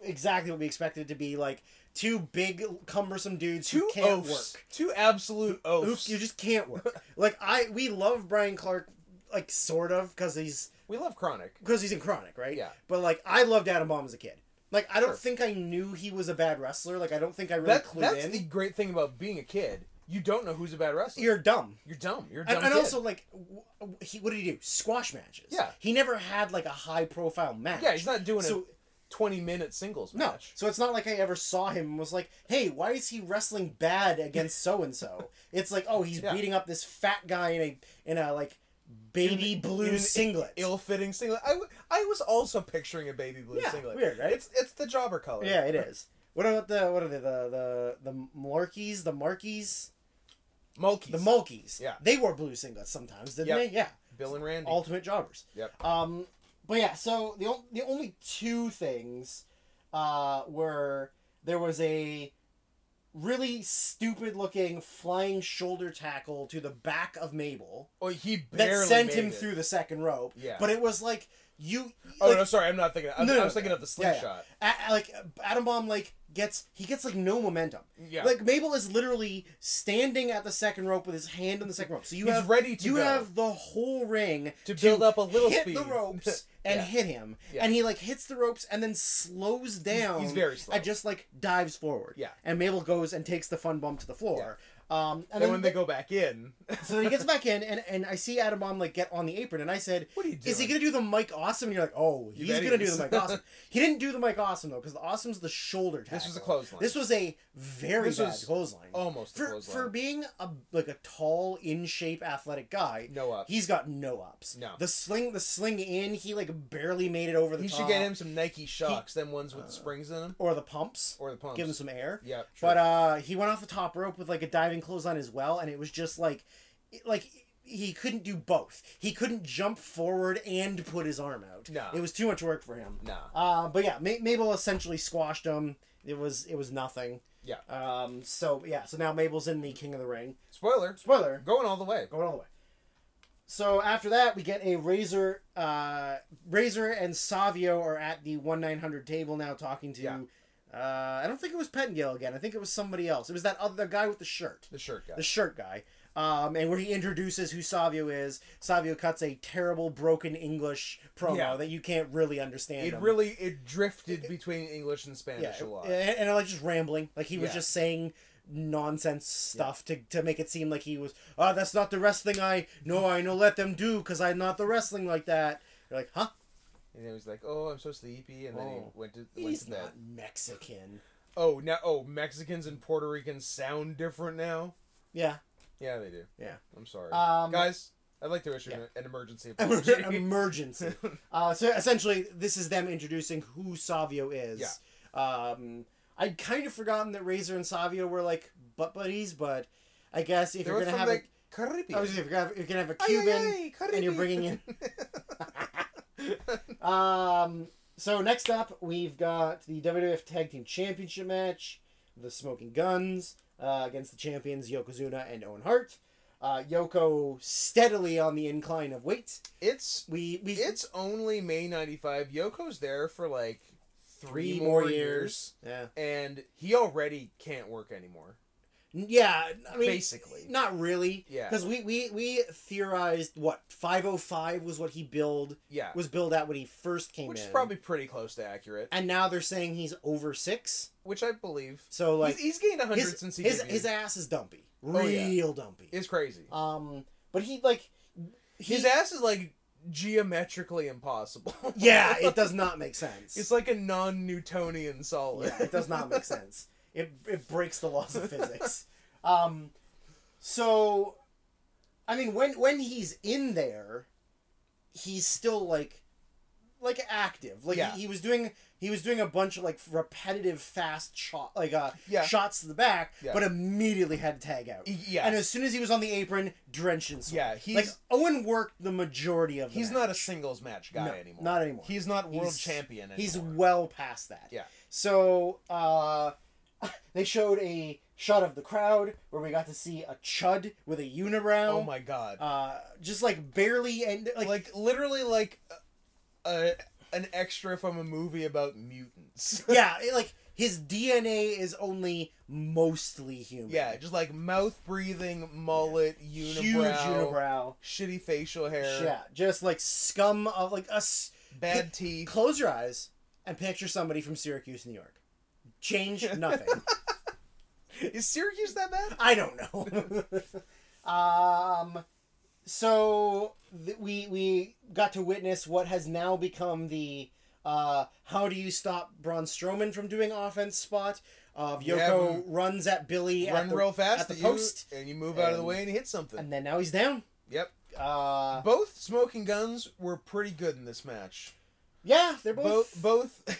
exactly what we expected it to be like two big cumbersome dudes Two who can't oafs. work Two absolute who, oafs. you just can't work like i we love brian clark like sort of because he's we love chronic. because he's in chronic right Yeah. but like i loved adam bomb as a kid like i don't Sure. think i knew he was a bad wrestler like i don't think i really That, clued that's in the great thing about being a kid. You don't know who's a bad wrestler. you're dumb You're dumb. You're a dumb. and, and kid. also like w- w- he, what did he do squash matches Yeah. he never had like a high profile match yeah, he's not doing so a twenty-minute singles no match. so it's not like i ever saw him and was like hey why is he wrestling bad against so and so it's like oh he's Yeah. beating up this fat guy in a in a like baby In- blue in- singlet ill-fitting singlet. I, w- I was also picturing a baby blue Yeah, singlet. weird, right? It's it's the jobber color. yeah it is what about the what are they the the the Markies the Markies Mulkeys. the Mulkies Yeah. they wore blue singlets sometimes didn't Yep. they yeah Bill and Randy. ultimate jobbers yep. Um, but yeah, so the on- the only two things uh, were there was a really stupid looking flying shoulder tackle to the back of Mabel Oh, he that barely sent made him it. through the second rope. Yeah. But it was like you. Oh like, no, sorry, I'm not thinking. I'm, No, no, I was no. thinking of the Yeah, yeah. slingshot. A- a- like Adam Bomb like gets he gets like no momentum. Yeah, Like Mabel is literally standing at the second rope with his hand on the second rope. So you he's have ready to you go. have the whole ring To build up a little hit the speed. ropes and Yeah. hit him, Yeah. and he like hits the ropes and then slows down. he's very slow. And just like dives forward. Yeah. And Mabel goes and takes the fun bump to the floor. Um, and and then, when they go back in, so then he gets back in, and, and I see Adam Bomb like get on the apron, and I said, what are you doing? "Is he gonna do the Mike Awesome?" And you're like, "Oh, You he's bet he gonna do is." the Mike Awesome." he didn't do the Mike Awesome though, because the Awesome's the shoulder tackle. This was a clothesline. This was a very This bad was clothesline. almost for a clothesline. for being a like a tall, in shape, athletic guy. no up. He's got no ups. No. The sling, the sling in, he like barely made it over the He top. should get him some Nike shocks, them ones with the springs in them, or the pumps. or the pumps. Give him some air. Yeah, sure. But uh, he went off the top rope with like a diving clothesline as well, and it was just like, it- like he couldn't do both. He couldn't jump forward and put his arm out. No. it was too much work for him. nah. Uh, but yeah, Ma- Mabel essentially squashed him. It was it was nothing. Yeah. Um. So yeah. So now Mabel's in the King of the Ring. Spoiler. Spoiler. Going all the way. Going all the way. so after that, we get a Razor. Uh, Razor and Savio are at the one nine hundred table now, talking to. Yeah. Uh, I don't think it was Pettingill again. I think it was somebody else. It was that other guy with the shirt, The shirt guy. the shirt guy. Um, and where he introduces who Savio is. Savio cuts a terrible, broken English promo Yeah. that you can't really understand. it him. really it drifted between English and Spanish a lot. And, and like just rambling. Like he was Yeah. just saying nonsense stuff to, to make it seem like he was, oh, that's not the wrestling I no, I know let them do because I'm not the wrestling like that. You're like, huh? And then he was like, "Oh, I'm so sleepy," and then Oh. he went to went He's to bed. not Mexican. Oh, now oh, Mexicans and Puerto Ricans sound different now. Yeah. Yeah, they do. Yeah. I'm sorry, Um, guys. I'd like to issue yeah. an emergency apology. Emergency. uh, so essentially, this is them introducing who Savio is. Um, I'd kind of forgotten that Razor and Savio were like butt buddies, but I guess if they you're went gonna from have the a, Caribbean. I was gonna have, if you're gonna have a Ay, ay, Cuban. ay, and you're Caribbean. bringing in. um. So next up, we've got the WWF Tag Team Championship match, the Smoking Guns uh, against the champions Yokozuna and Owen Hart. Uh, Yoko steadily on the incline of weight. It's We we it's only May '95. Yoko's there for like three, Three more more years, yeah and he already can't work anymore. yeah. I mean, Basically. not really. Yeah. because we, we we theorized what five oh five was what he billed Yeah, was billed at when he first came which in, is probably pretty close to accurate. and now they're saying he's over six. which I believe. So like he's, he's gained hundred his, since he his, debuted. his ass is dumpy real Oh, yeah. dumpy It's crazy. um but he like he, his ass is like geometrically impossible. yeah it does not make sense it's like a non-Newtonian solid. yeah, it does not make sense it, it breaks the laws of physics um so i mean when when he's in there he's still like like active like Yeah. he, he was doing he was doing a bunch of like repetitive fast shot like uh Yeah. shots to the back Yeah. but immediately had to tag out Y- yeah. And as soon as he was on the apron, drench and sweat. Yeah, he's like Owen worked the majority of. The he's match. not a singles match guy No, anymore. not anymore. He's not world He's- champion anymore. He's well past that. Yeah. So uh, they showed a shot of the crowd where we got to see a chud with a unibrow. oh my god. Uh, just like barely and like, like, literally like a, an extra from a movie about mutants. yeah, it- like his DNA is only mostly human. yeah, just like mouth breathing, mullet, unibrow, Huge unibrow. shitty facial hair, Yeah, just like scum of like us. bad teeth. Close your eyes and picture somebody from Syracuse, New York. Change nothing. Is Syracuse that bad? I don't know. um, so th- we we got to witness what has now become the uh, how do you stop Braun Strowman from doing offense spot of You Yoko have him runs at Billy Run at the, real fast at the you, post, and you move out of the and- way and hit something. and then now he's down. yep. Uh, Both smoking guns were pretty good in this match. yeah, they're both. Both both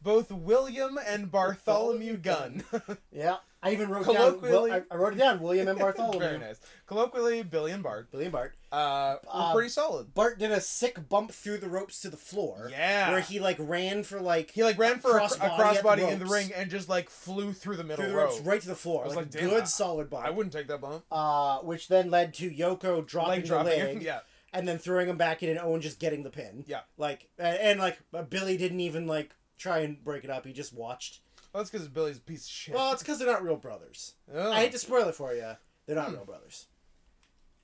both William and Bartholomew Bartholomew Gunn. Yeah, I even wrote down. Will, Colloquially- I, I wrote it down. William and Bartholomew. Very nice. Colloquially, Billy and Bart. Billy and Bart. Uh, were Um, pretty solid. Bart did a sick bump through the ropes to the floor. Yeah. Where he like ran for like He like ran for a- a, crossbody at the crossbody in the ropes. ring and just like flew through the middle through the row. ropes right to the floor. I was Like, like, a "Damn, good I- solid I bump. wouldn't take that bump. Uh, which then led to Yoko dropping Like the dropping leg him. Yeah. and then throwing him back in and Owen just getting the pin. Yeah. Like and, and like but Billy didn't even like try and break it up. He just watched. Well, that's because Billy's a piece of shit. Well, it's because they're not real brothers. Oh. Hmm. I hate to spoil it for you. They're not real brothers.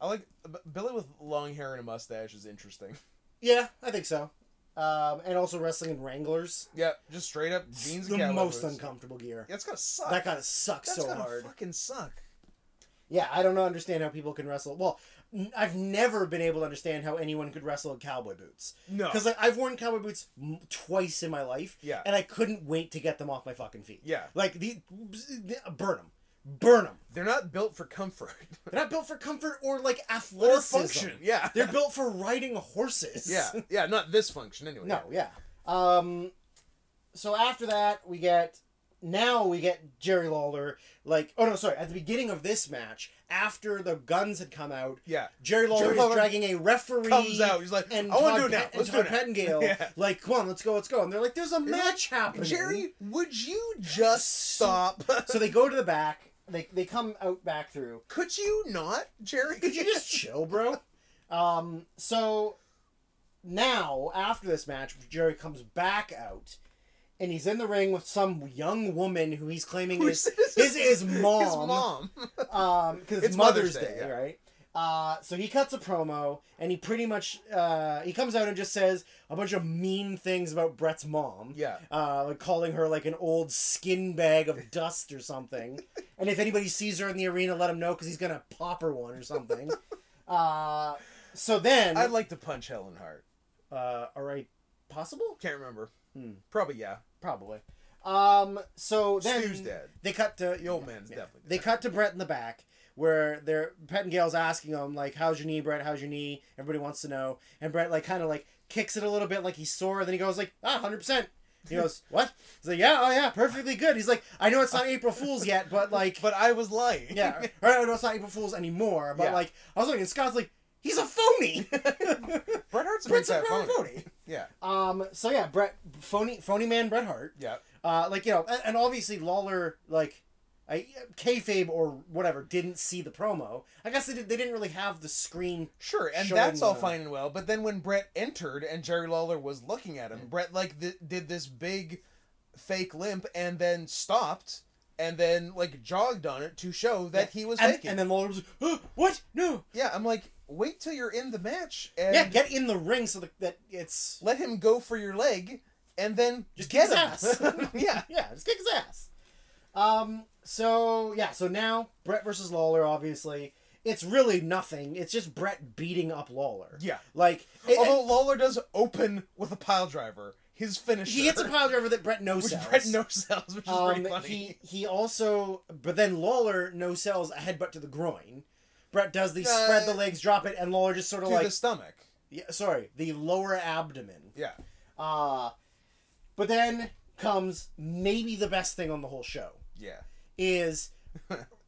I like B- Billy with long hair and a mustache is interesting. Yeah, I think so. Um, and also wrestling in Wranglers. Yeah, just straight up jeans the and cowboy most boots. uncomfortable gear. That's gotta suck. That gotta suck That's so gotta hard. fucking suck. Yeah, I don't understand how people can wrestle. Well, n- I've never been able to understand how anyone could wrestle in cowboy boots. No. Because like I've worn cowboy boots m- twice in my life, Yeah. and I couldn't wait to get them off my fucking feet. Yeah. Like the, the uh, burn them, burn them. They're not built for comfort. They're not built for comfort or like athleticism. or function. Yeah. They're built for riding horses. yeah. Yeah, not this function anyway. No, yeah. Um, so after that, we get now we get Jerry Lawler. Like, oh no, sorry. At the beginning of this match, after the guns had come out, Yeah. Jerry Lawler Jerry is Lawler dragging a referee. Comes out. He's like, And I want Todd to do it now. Pet- Let's and do it Todd now. Pettingale, Yeah. like, come on, let's go, let's go. And they're like, there's a match happening. Jerry, would you just stop? So they go to the back. They, they come out back through. Could you not, Jerry? Could you just chill, bro? Um, so now, after this match, Jerry comes back out and he's in the ring with some young woman who he's claiming is His, his, his mom. His mom. Um, because it's, It's Mother's Mother's Day, Day, yeah. right? Uh, so he cuts a promo and he pretty much uh, he comes out and just says a bunch of mean things about Brett's mom. yeah. Uh, like calling her like an old skin bag of dust or something. and if anybody sees her in the arena, let him know because he's gonna pop her one or something. uh, so then, I'd like to punch Helen Hart. uh, all right, possible, Can't remember. Hmm. Probably yeah. probably. Um, so then Stu's dead. they cut to The old man's definitely They dead. cut to Brett in the back, where they're Pettingale's asking him like, "How's your knee, Brett? How's your knee?" Everybody wants to know, and Brett like kind of like kicks it a little bit, like he's sore. Then he goes like, "Ah, hundred percent." He goes, "What?" He's like, "Yeah, oh yeah, perfectly good." He's like, "I know it's not April Fools yet, but like, But I was lying. yeah, or I know it's not April Fools anymore, but Yeah. like, I was looking." And Scott's like, "He's a phony." Bret Hart's a big Brett's a fat phony. phony. phony. Yeah. Um. So yeah, Brett, phony, phony man, Bret Hart. Yeah. Uh, like you know, and, and obviously Lawler, like, I, kayfabe or whatever, didn't see the promo. I guess they, did, they didn't really have the screen. Sure, and showing that's all the- fine and well. But then when Brett entered and Jerry Lawler was looking at Hmm. him, Brett like th- did this big fake limp and then stopped and then like jogged on it to show that he was and, faking. and then Lawler was like, "Huh, "What? No! yeah, I'm like, wait till you're in the match and yeah, get in the ring so that, that it's let him go for your leg, and then Just get kick him. his ass. yeah, yeah, just kick his ass." Um. So yeah, so now Brett versus Lawler. Obviously, it's really nothing. It's just Brett beating up Lawler. yeah. Like, it- Although Lawler does open with a pile driver, his finisher. he hits a pile driver that Brett knows. which sells. Brett no sells, which is Um, pretty funny. he he also, but then Lawler no sells a headbutt to the groin. Brett does the Uh, spread the legs, drop it, and Lawler just sort to of like the stomach. yeah, sorry, the lower abdomen. Yeah. Uh but then comes maybe the best thing on the whole show Yeah. is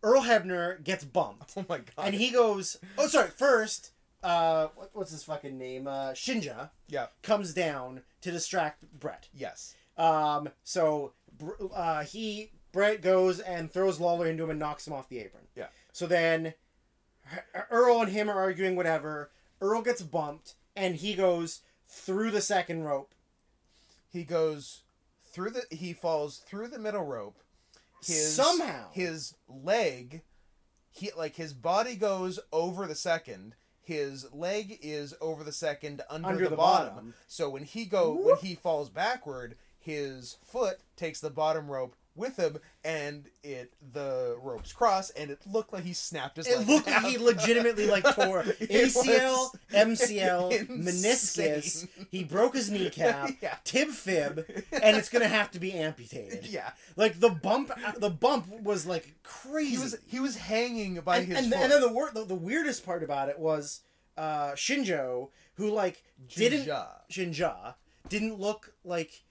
Earl Hebner gets bumped, Oh my god. and he goes, oh sorry, first, uh, what, what's his fucking name? Uh, Shinja yeah. comes down to distract Brett. Yes. Um, so Br- uh, he Brett goes and throws Lawler into him and knocks him off the apron. Yeah. So then H- Earl and him are arguing whatever. Earl gets bumped and he goes through the second rope, he goes through the he falls through the middle rope his Somehow. his leg he like his body goes over the second his leg is over the second under, the, bottom. so when he go when Whoop. he falls backward his foot takes the bottom rope with him and it the ropes cross and it looked like he snapped his It leg looked like out. he legitimately like tore It was ACL, MCL, insane. meniscus. He broke his kneecap, Yeah. tib fib, and it's gonna have to be amputated. yeah Like the bump, the bump was like crazy. he was he was hanging by and, his and, foot. and then the, wor- the the weirdest part about it was uh Shinjo who like didn't Jinja. Shinja didn't look like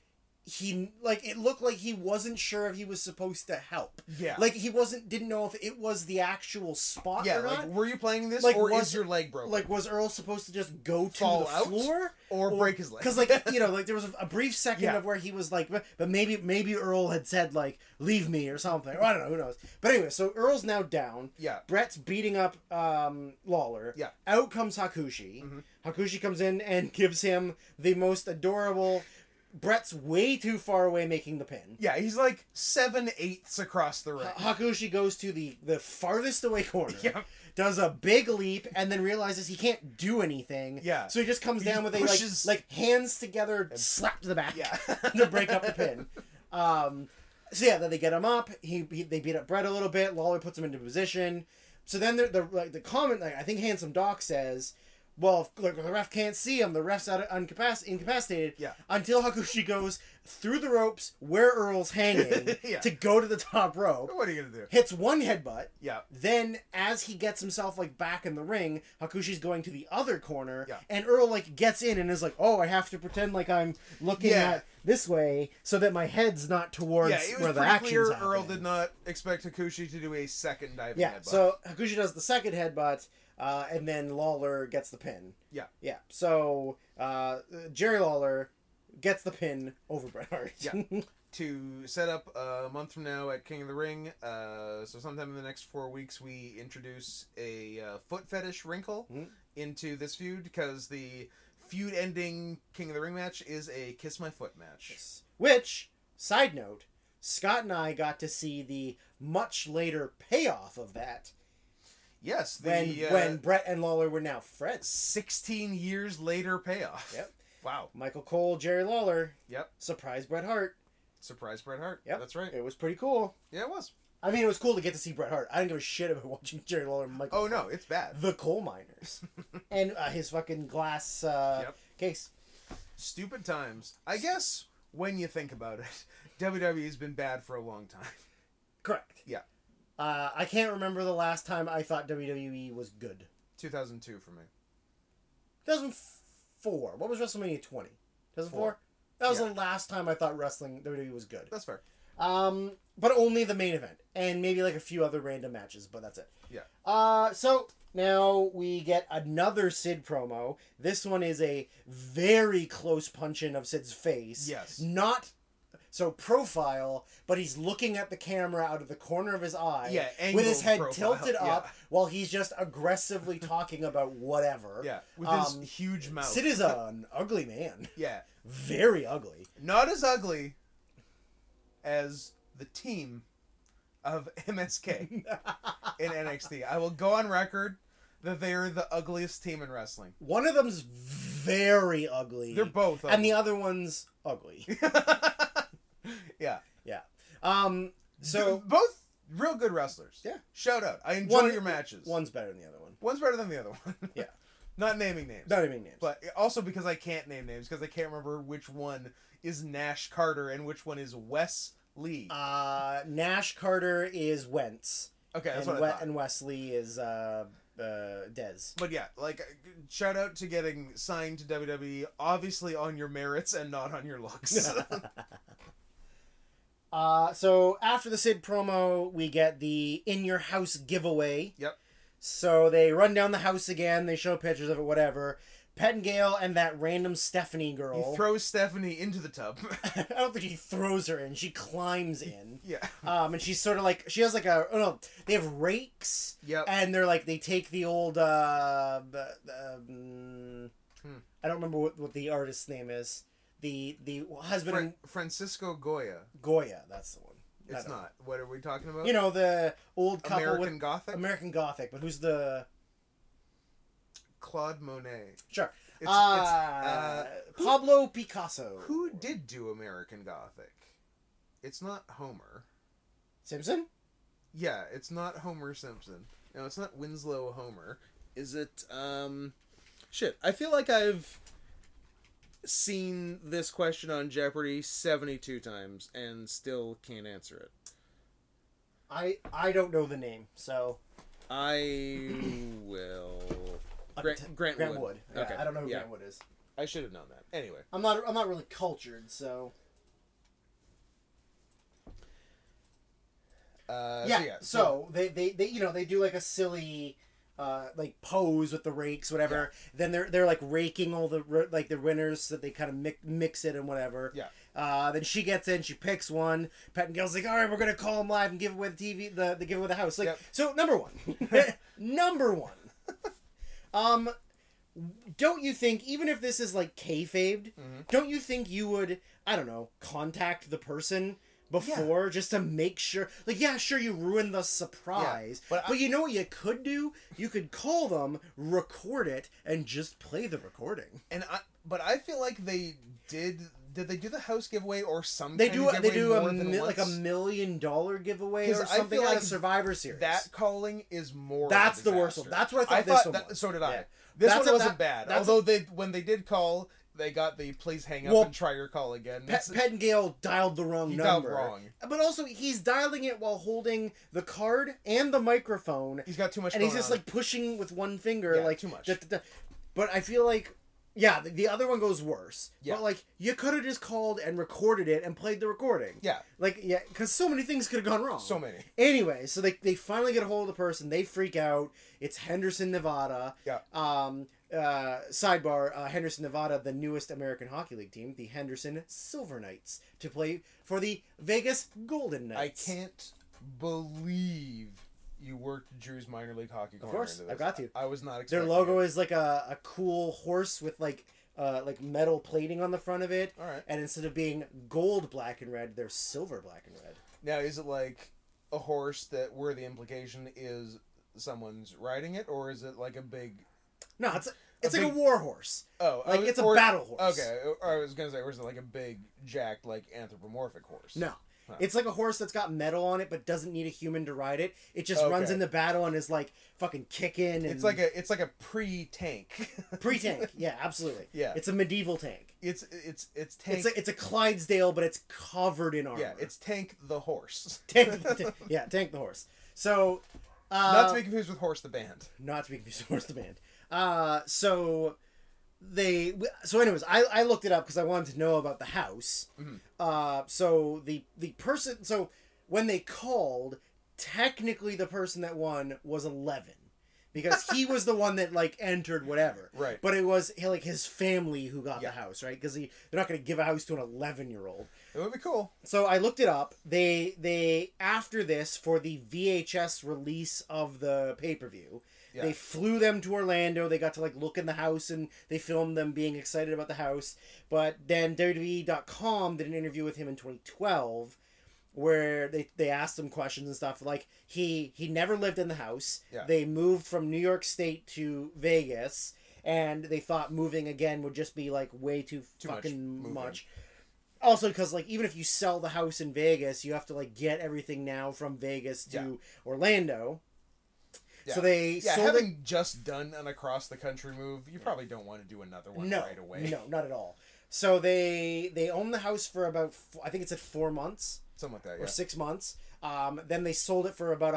he like it looked like he wasn't sure if he was supposed to help yeah like he wasn't didn't know if it was the actual spot Yeah, or like not were you playing this Like, or was is your leg broken? like was Earl supposed to just go to Fall the out? floor or, break his leg? because like you know like there was a, a brief second Yeah. of where he was like but, but maybe maybe Earl had said like leave me or something or I don't know who knows but anyway so Earl's now down yeah, Brett's beating up um, Lawler. Yeah. Out comes Hakushi. Mhm. Hakushi comes in and gives him the most adorable. Brett's way too far away making the pin. yeah, he's like seven eighths across the ring. Ha- Hakushi goes to the the farthest away corner. Yeah. Does a big leap and then realizes he can't do anything. Yeah. So he just comes He down with just a like, pushes- like hands together slap to the back Yeah, to break up the pin. Um, so yeah, then they get him up. He, he they beat up Brett a little bit. Lawler puts him into position. So then the the like the comment like I think Handsome Doc says, "Well, if, like, the ref can't see him. The ref's out uncapac- incapacitated." Yeah. Until Hakushi goes through the ropes where Earl's hanging Yeah. to go to the top rope, what are you gonna do? hits one headbutt. Yeah, Then, as he gets himself like back in the ring, Hakushi's going to the other corner, Yeah. and Earl like gets in and is like, "Oh, I have to pretend like I'm looking Yeah. at this way so that my head's not towards yeah, it where was the pretty action's clear. happening." Earl did not expect Hakushi to do a second diving yeah, headbutt. so Hakushi does the second headbutt, uh, and then Lawler gets the pin. Yeah. yeah. So uh, Jerry Lawler gets the pin over Bret Hart. Yeah. to set up a month from now at King of the Ring, uh, so sometime in the next four weeks, we introduce a uh, foot fetish wrinkle Mhm. into this feud because the feud ending King of the Ring match is a Kiss My Foot match. Yes. Which, side note, Scott and I got to see the much later payoff of that Yes, the when uh, when Brett and Lawler were now friends. 16 years later payoff. Yep. Wow. Michael Cole, Jerry Lawler, Yep. surprise Bret Hart. Surprise Bret Hart. Yep. That's right. It was pretty cool. Yeah, it was. I mean, it was cool to get to see Bret Hart. I didn't give a shit about watching Jerry Lawler and Michael. Oh no, it's bad. the coal miners and uh, his fucking glass uh, Yep. case. Stupid times. I guess when you think about it, WWE's been bad for a long time. Correct. Yeah. Uh, I can't remember the last time I thought WWE was good. 2002 for me. 2004. What was WrestleMania 20? 2004. Four. That was Yeah. the last time I thought wrestling WWE was good. That's fair. Um, but only the main event and maybe like a few other random matches, but that's it. Yeah. Uh, so now we get another Sid promo. This one is a very close punch in of Sid's face. Yes. Not so profile, but he's looking at the camera out of the corner of his eye. Yeah, With angled his head profile, tilted yeah. up while he's just aggressively talking about whatever. Yeah, with Um, his huge mouth. Sid is an ugly man. yeah, Very ugly. not as ugly as the team of MSK in NXT. I will go on record that they are the ugliest team in wrestling. One of them's very ugly. They're both ugly. and the other one's ugly. yeah. yeah. Um. So B- both real good wrestlers. Yeah. Shout out. I enjoy One- your matches. one's better than the other one. One's better than the other one. Yeah. Not naming names. Not even names. But also because I can't name names because I can't remember which one is Nash Carter and which one is Wes Lee. uh, Nash Carter is Wentz, okay, that's and, what I We- thought. and Wesley is uh, uh, Dez. But yeah, like shout out to getting signed to WWE, obviously on your merits and not on your looks. Uh, so after the Sid promo, we get the in your house giveaway. Yep. So they run down the house again. They show pictures of it, whatever. Pettingale and that random Stephanie he girl. throws Stephanie into the tub. I don't think he throws her in. She climbs in. yeah. Um, and she's sort of like she has like a oh no, they have rakes Yep. and they're like they take the old uh, b- um, Hmm. I don't remember what, what the artist's name is. The the husband and Fra- Francisco Goya. Goya, that's the one. I It's don't not. What are we talking about? know. You know the old couple Oh. American with Gothic. American Gothic, but who's the Claude Monet. sure? It's, uh, Uh, who- Pablo Picasso. it's who did do American Gothic? It's not Homer. Simpson? Yeah, it's not Homer Simpson. No, it's not Winslow Homer. Is it um shit, I feel like I've seen this question on Jeopardy 72 times and still can't answer it. I I don't know the name, so I will Grant, Grant, Grant Wood. Wood. Yeah, I don't know who yeah. Grant Wood is. I should have known that. Anyway, I'm not I'm not really cultured, so Uh, yeah, So, so, they, they they you know they do like a silly uh like pose with the rakes whatever then they're they're like raking all the ro- like the winners so that they kind of mix, mix it and whatever Yeah. uh then she gets in she picks one pat and girl's like all right we're gonna call him live and give away the tv the, the give away the house like Yep. so number one number one um don't you think even if this is like kayfabed Mhm. don't you think you would i don't know contact the person before just to make sure like yeah sure you ruined the surprise but but, I- you know what you could do you could call them record it and just play the recording And I, but I feel like they did. Did they do the house giveaway or some? they kind do of a, they do giveaway a more than mi- like a once? million dollar giveaway 'Cause or I something feel out like of survivor series That calling is more. of a That's the worst one. disaster. That's what I thought this one was. So did I. Yeah. This That's one a- wasn't that- bad. that's- Although they when they did call, they got the please hang up Well, and try your call again. Pet, Pettingale dialed the wrong He dialed number. wrong. But also, he's dialing it while holding the card and the microphone, he's got too much. and he's going just on. like pushing with one finger, Yeah, like too much. da- da- da. But I feel like, yeah, the, the other one goes worse. Yeah. But like, you could have just called and recorded it and played the recording. yeah, Like, yeah, because so many things could have gone wrong. so many. Anyway, so they, they finally get a hold of the person. They freak out. It's Henderson, Nevada. Yeah. Um. Uh. Sidebar. Uh, Henderson, Nevada, the newest American Hockey League team, the Henderson Silver Knights, to play for the Vegas Golden I Knights. can't believe you worked Drew's minor league hockey corner. course, into I've this. got to. I, I was not Their expecting logo It. is like a, a cool horse with like uh, like metal plating on the front of it. All right. And instead of being gold, black, and red, they're silver, black, and red. Now, is it like a horse that where the implication is someone's riding it, or is it like a big? No, it's it's like big- a war horse. Oh, I Like was- it's a or- battle horse. Okay, oh, I was gonna say, or is it like a big jacked, like anthropomorphic horse? No. Huh. It's like a horse that's got metal on it but doesn't need a human to ride it. It just runs Okay. in the battle and is like fucking kicking and it's like a it's like a pre-tank. pre tank. Yeah, absolutely. Yeah. It's a medieval tank. it's it's it's tank. It's a, it's a Clydesdale, but it's covered in armor. yeah, it's tank the horse. tank. the- ta- yeah, tank the horse. So, uh, Not to be confused with horse the band. not to be confused with horse the band. Uh, so they so anyways, I, I looked it up because I wanted to know about the house. Mhm. Uh, so the the person so when they called, technically the person that won was eleven because he was the one that like entered whatever. Right. But it was he- like his family who got Yeah. the house, right? Because they're not going to give a house to an eleven year old. It would be cool. So I looked it up. They they after this for the VHS release of the pay per view, Yeah. they flew them to Orlando. They got to like look in the house and they filmed them being excited about the house. But then WWE.com did an interview with him in 2012 where they, they asked him questions and stuff like he he never lived in the house Yeah. they moved from new york state to vegas and they thought moving again would just be like way too, Too much fucking moving. much also because like even if you sell the house in vegas you have to like get everything now from vegas to Yeah. orlando Yeah. so they Yeah, sold having just done an across the country move, you probably don't want to do another it one no right away. no not at all so they they owned the house for about f- i think it said four months Something like that, yeah. or six months um, then they sold it for about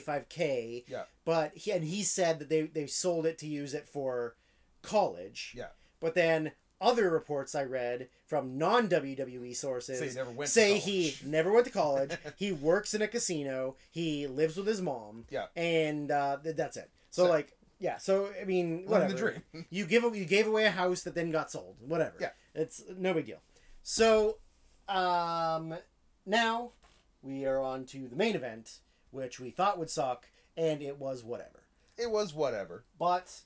175k Yeah. but he and he said that they they sold it to use it for college Yeah. but then other reports i read from non wwe sources So you never went to say he college. never went to college. he works in a casino. He lives with his mom. Yeah. and uh, th- that's it. So, So- like, yeah. So I mean, Living whatever. the dream. You give a- you gave away a house that then got sold. Whatever. Yeah. it's no big deal. So, um, now we are on to the main event, which we thought would suck, and it was whatever. It was whatever. But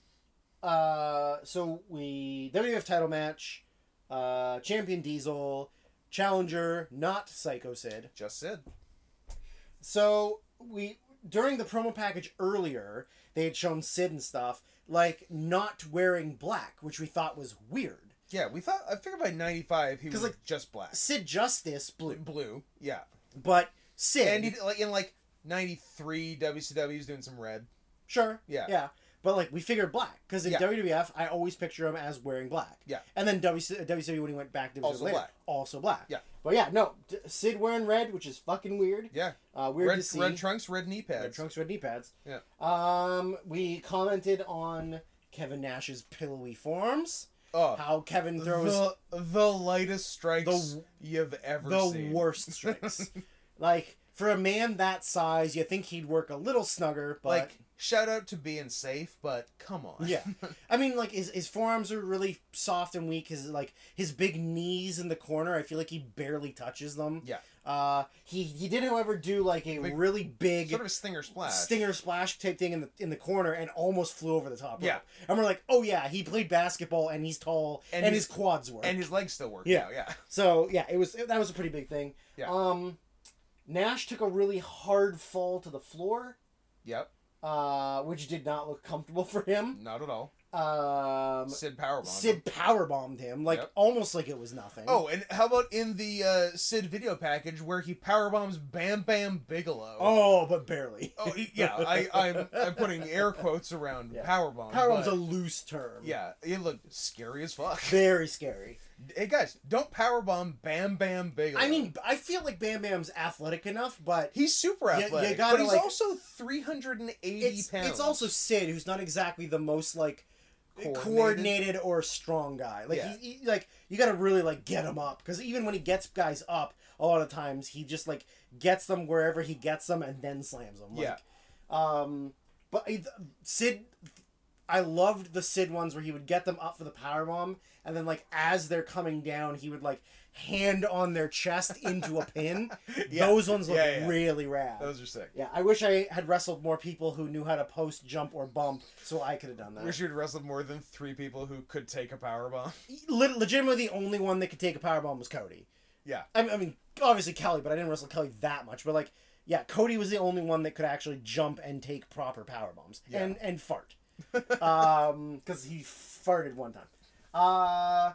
uh, so we WWF title match, uh, champion Diesel, challenger not Psycho Sid. Just said. So we during the promo package earlier, they had shown Sid and stuff like not wearing black, which we thought was weird. Yeah, we thought. I figured by '95 he 'Cause, was like, just black, Sid Justice blue, blue. Yeah, but Sid and he, like in like '93 WCW's doing some red. sure Yeah. yeah. But like we figured black because in Yeah. WWF I always picture him as wearing black. Yeah. And then WC- WCW when he went back to Also later, black. also black. Yeah. But yeah, no, d- Sid wearing red, which is fucking weird. Yeah, Uh, weird to red, see. red trunks, red knee pads. Red trunks, red knee pads. Yeah. Um, we commented on Kevin Nash's pillowy forms. Oh, How Kevin throws the, the lightest strikes The- you've ever the seen. worst strikes. like for a man that size, you think he'd work a little snugger, but Like shout out to being safe, but come on. yeah, I mean, like his his forearms are really soft and weak. His like his big knees in the corner, I feel like he barely touches them. Yeah. Uh, he he did, however, do like a Big- really big sort of a stinger splash. stinger splash type thing in the in the corner and almost flew over the top. Yeah. rope. and we're like, oh yeah, he played basketball and he's tall And and, he's- his quads work. and his legs still work. Yeah. now, yeah. so yeah, it was that was a pretty big thing. Yeah. Um, Nash took a really hard fall to the floor, Yep, uh, which did not look comfortable for him. not at all. Um, Sid Powerbomb. Sid power bombed him like Yep. almost like it was nothing. Oh, and how about in the uh, Sid video package where he powerbombs Bam Bam Bigelow? oh, but barely. Oh, he- yeah. I, I'm I'm putting air quotes around Yeah. powerbomb. Power bomb's but- a loose term. Yeah, it looked scary as fuck. Very scary. hey guys, don't powerbomb Bam Bam Bigelow. I mean, I feel like Bam Bam's athletic enough, but he's super You- you athletic, gotta, but he's like- also 380 it's, pounds. it's also Sid, who's not exactly the most like Coordinated. coordinated, or strong guy. Like Yeah. he, he- like you got to really like get him up because even when he gets guys up, a lot of times he just like gets them wherever he gets them and then slams them. Like, Yeah. Um, but I- Sid, I loved the Sid ones where he would get them up for the power bomb and then like as they're coming down, he would like hand on their chest into a pin. Yeah. Those ones look Yeah, yeah. really rad. Those are sick. Yeah, I wish I had wrestled more people who knew how to post, jump, or bump, so I could have done that. Wish you'd wrestled more than three people who could take a power bomb. Le- E, legitimately, the only one that could take a powerbomb was Cody. Yeah. I mean, I mean, obviously Kelly, but I didn't wrestle Kelly that much. But like, yeah, Cody was the only one that could actually jump and take proper power bombs Yeah. and and fart, um, because he farted one time. Uh,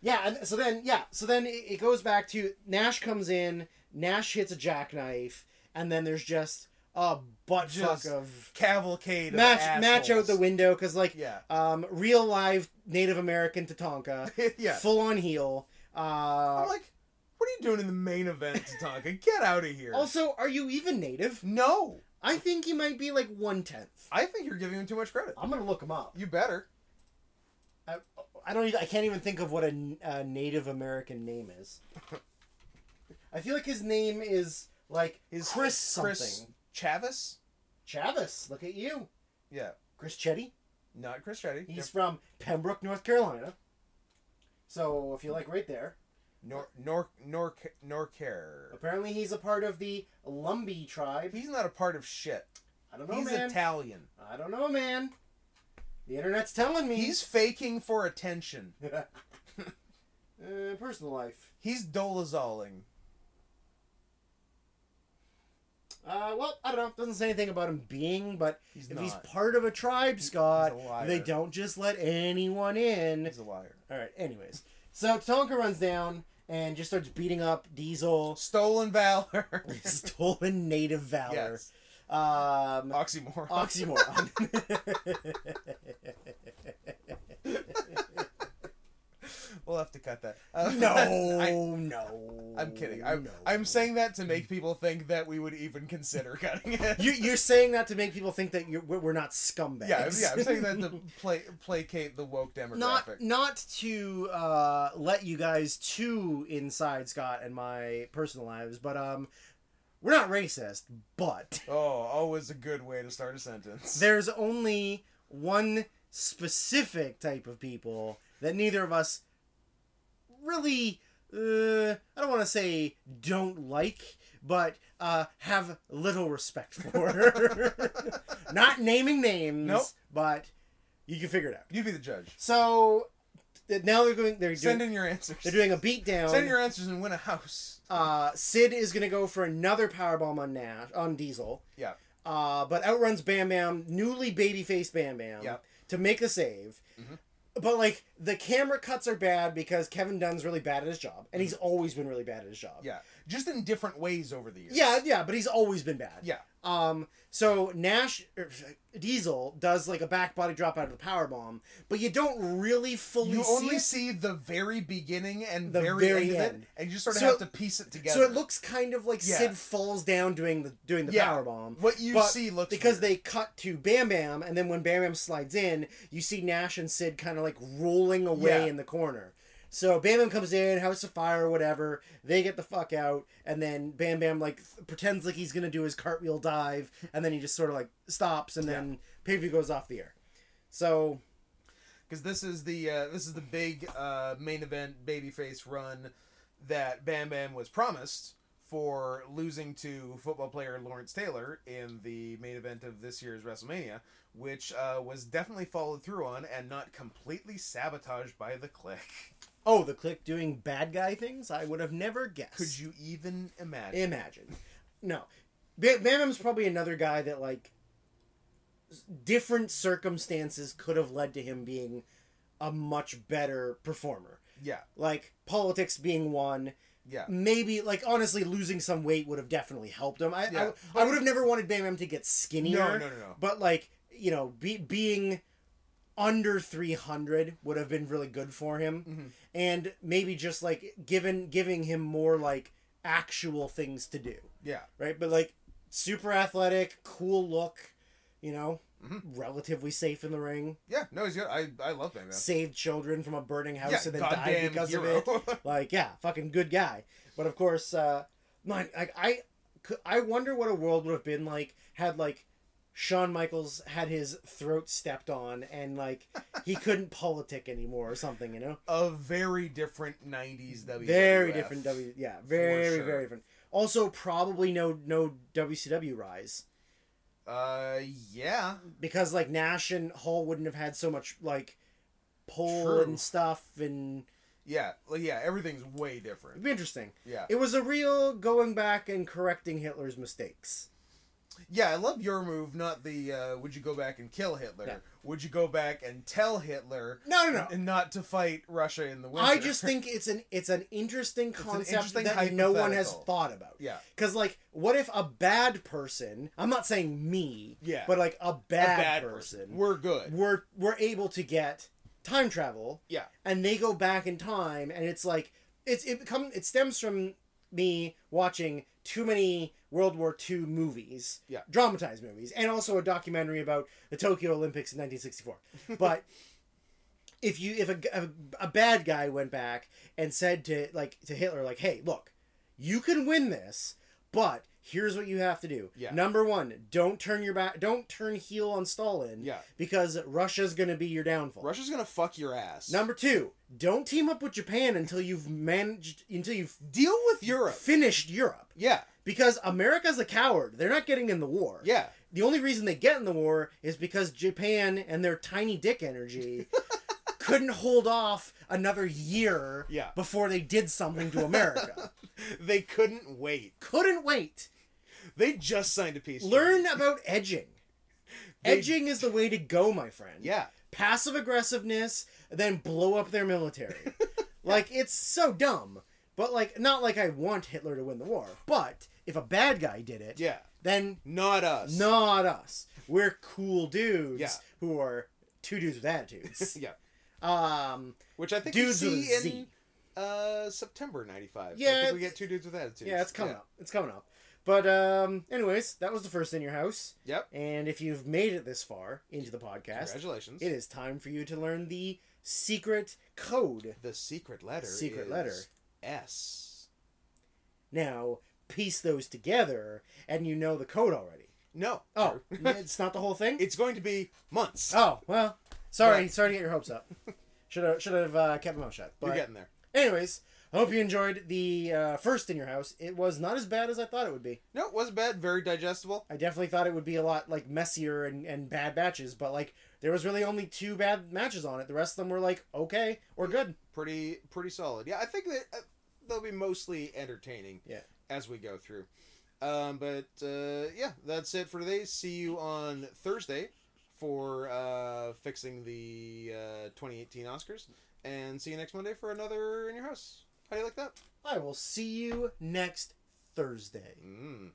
yeah, and so then yeah, so then it, it goes back to Nash comes in, Nash hits a jackknife, and then there's just a butt fuck Just of Cavalcade. of match match out assholes. the window because like Yeah. um real live Native American Tatanka, yeah. full on heel. Uh, I'm like, what are you doing in the main event, Tatanka? Get out of here. Also, are you even native? no. I think he might be like one tenth. I think you're giving him too much credit. I'm gonna look him up. You better. I, I don't. Even, I can't even think of what a, n- a Native American name is. I feel like his name is like Is Chris Chris something. Chavis? Chavis. Look at you, Yeah. Chris Chetty. Not Chris Chetty. He's from Pembroke, North Carolina. So if you like, right there. Nor nor nor nor care. Apparently, he's a part of the Lumbee tribe. He's not a part of shit. I don't know, He's Oh, man. Italian. I don't know, man. The internet's telling me. He's faking for attention. uh, personal life. He's dolazoling. Uh, well, I don't know. Doesn't say anything about him being, but He's if not. he's part of a tribe, Scott, He's a liar. they don't just let anyone in. He's a liar. All right. Anyways, so Tonka runs down and just starts beating up Diesel, Stolen valor. stolen native valor. yes. Um, Oxymoron. oxymoron. we'll have to cut that. Uh, no, I, no. I'm kidding. I'm, Oh, no. I'm saying that to make people think that we would even consider cutting it. You, you're saying that to make people think that you're, we're we're not scumbags. yeah, I'm- yeah. I'm saying that to play, placate the woke demographic. not not to uh, let you guys too inside Scott and my personal lives, but um, we're not racist. But oh, always a good way to start a sentence. there's only one specific type of people that neither of us really. Uh, I don't want to say don't like, but uh, have little respect for. not naming names, Nope. but you can figure it out. You be the judge. So th- now they're going. They're doing, Send in your answers. they're doing a beatdown. Send your answers and win a house. uh, Sid is going to go for another powerbomb on Nash on Diesel. Yeah. Uh, but outruns Bam Bam, newly babyface Bam Bam, Yeah. to make the save. Mhm. But like the camera cuts are bad because Kevin Dunn's really bad at his job, and he's always been really bad at his job. Mm-hmm. Yeah. Just in different ways over the years. Uh, Yeah, yeah, but he's always been bad. Yeah. Um. So Nash er, Diesel does like a back body drop out of the power bomb, but you don't really fully You see only it. see the very beginning and The very, very end, of end. it, and you just sort of So- have to piece it together. So it looks kind of like Yeah. Sid falls down doing the doing the Yeah. power bomb. what you but see looks Because weird. they cut to Bam Bam, and then when Bam Bam slides in, you see Nash and Sid kind of like rolling away Yeah. in the corner. So Bam Bam comes in, House of Fire, or whatever. They get the fuck out, and then Bam Bam like th- pretends like he's gonna do his cartwheel dive, and then he just sort of like stops, and then pay per view goes off the air. So because this is the uh, this is the big uh, main event babyface run that Bam Bam was promised for losing to football player Lawrence Taylor in the main event of this year's WrestleMania, which uh, was definitely followed through on and not completely sabotaged by the Click. oh, the click doing bad guy things, I would have never guessed. Could you even imagine? Imagine. No. Ba- Bam Bam's probably another guy that, like, s- different circumstances could have led to him being a much better performer. yeah, Like, politics being one. yeah. Maybe, like, honestly, losing some weight would have definitely helped him. I, I- Yeah, I, would have never wanted Bam Bam to get skinnier. No, no, no, no. But, like, you know, be, being under 300 would have been really good for him Mhm. and maybe just like given giving him more like actual things to do Yeah, right? But like super athletic, cool look, you know, Mhm. relatively safe in the ring. yeah. No, he's good. I I love Bam Bam. Saved children from a burning house Yeah, and then died goddamn because hero. of it. Like, yeah, fucking good guy. But of course, uh, man, like I, I wonder what a world would have been like had like Shawn Michaels had his throat stepped on and like he couldn't politic anymore or something, you know? A very different '90s WWF. Very different W yeah, very, sure. very different. Also probably no no WCW rise. Uh, yeah. Because like Nash and Hall wouldn't have had so much like pull True. and stuff and Yeah, well, yeah, everything's way different. it'd be interesting. Yeah, It was a real going back and correcting Hitler's mistakes. yeah, I love your move, not the uh, "Would you go back and kill Hitler?" Yeah. Would you go back and tell Hitler No no no. and not to fight Russia in the winter? I just think it's an it's an interesting an concept interesting that no one has hypothetical. thought about. yeah, Because, like, what if a bad person, I'm not saying me, Yeah. but like a a bad, bad person. person, We're good. were, were able to get time travel yeah, and they go back in time and it's like, it's, it come, it stems from me watching too many World War II movies, Yeah. dramatized movies, and also a documentary about the Tokyo Olympics in 1964. But if you if a, a, a bad guy went back and said to like to Hitler like hey look you can win this but here's what you have to do Yeah. number 1 don't turn your back don't turn heel on Stalin yeah. because Russia's going to be your downfall Russia's gonna fuck your ass. number 2 don't team up with Japan until you've managed until you've deal with Europe. finished Europe Yeah, because America's a coward they're not getting in the war yeah. the only reason they get in the war is because Japan and their tiny dick energy couldn't hold off another year Yeah. before they did something to America. They couldn't wait. couldn't wait. They just signed a peace. Learn treaty. about edging. They- Edging is the way to go, my friend. Yeah, Passive aggressiveness, then blow up their military. like it's so dumb. But like not like I want Hitler to win the war, but if a bad guy did it, yeah. then Not us. Not us. We're cool dudes Yeah. who are two dudes with attitudes. Yeah. um, Which I think Dudes we with see a in Z. uh September '95. I Yeah, think we it's- get two dudes with attitudes. yeah, it's coming up. It's coming up. But um, anyways, that was the first in your house. Yep. And if you've made it this far into the podcast, Congratulations. it is time for you to learn the secret code. The secret letter. Secret is letter. S. Now, piece those together, and you know the code already. No. Oh, Drew. it's not the whole thing. it's going to be months. Oh well, sorry, But- sorry to get your hopes up. Should have should have uh, kept my mouth shut. You're But getting there. Anyways, I hope you enjoyed the uh, first in your house. It was not as bad as I thought it would be. No, it wasn't bad. Very digestible. I definitely thought it would be a lot like messier and, and bad matches, but like there was really only two bad matches on it. The rest of them were like okay or good. Pretty, pretty solid. Yeah, I think that uh, they'll be mostly entertaining. Yeah. As we go through. Um, but uh, yeah, that's it for today. See you on Thursday for uh, fixing the uh, 2018 Oscars, and see you next Monday for another in your house. How do you like that? I will see you next Thursday. Mm.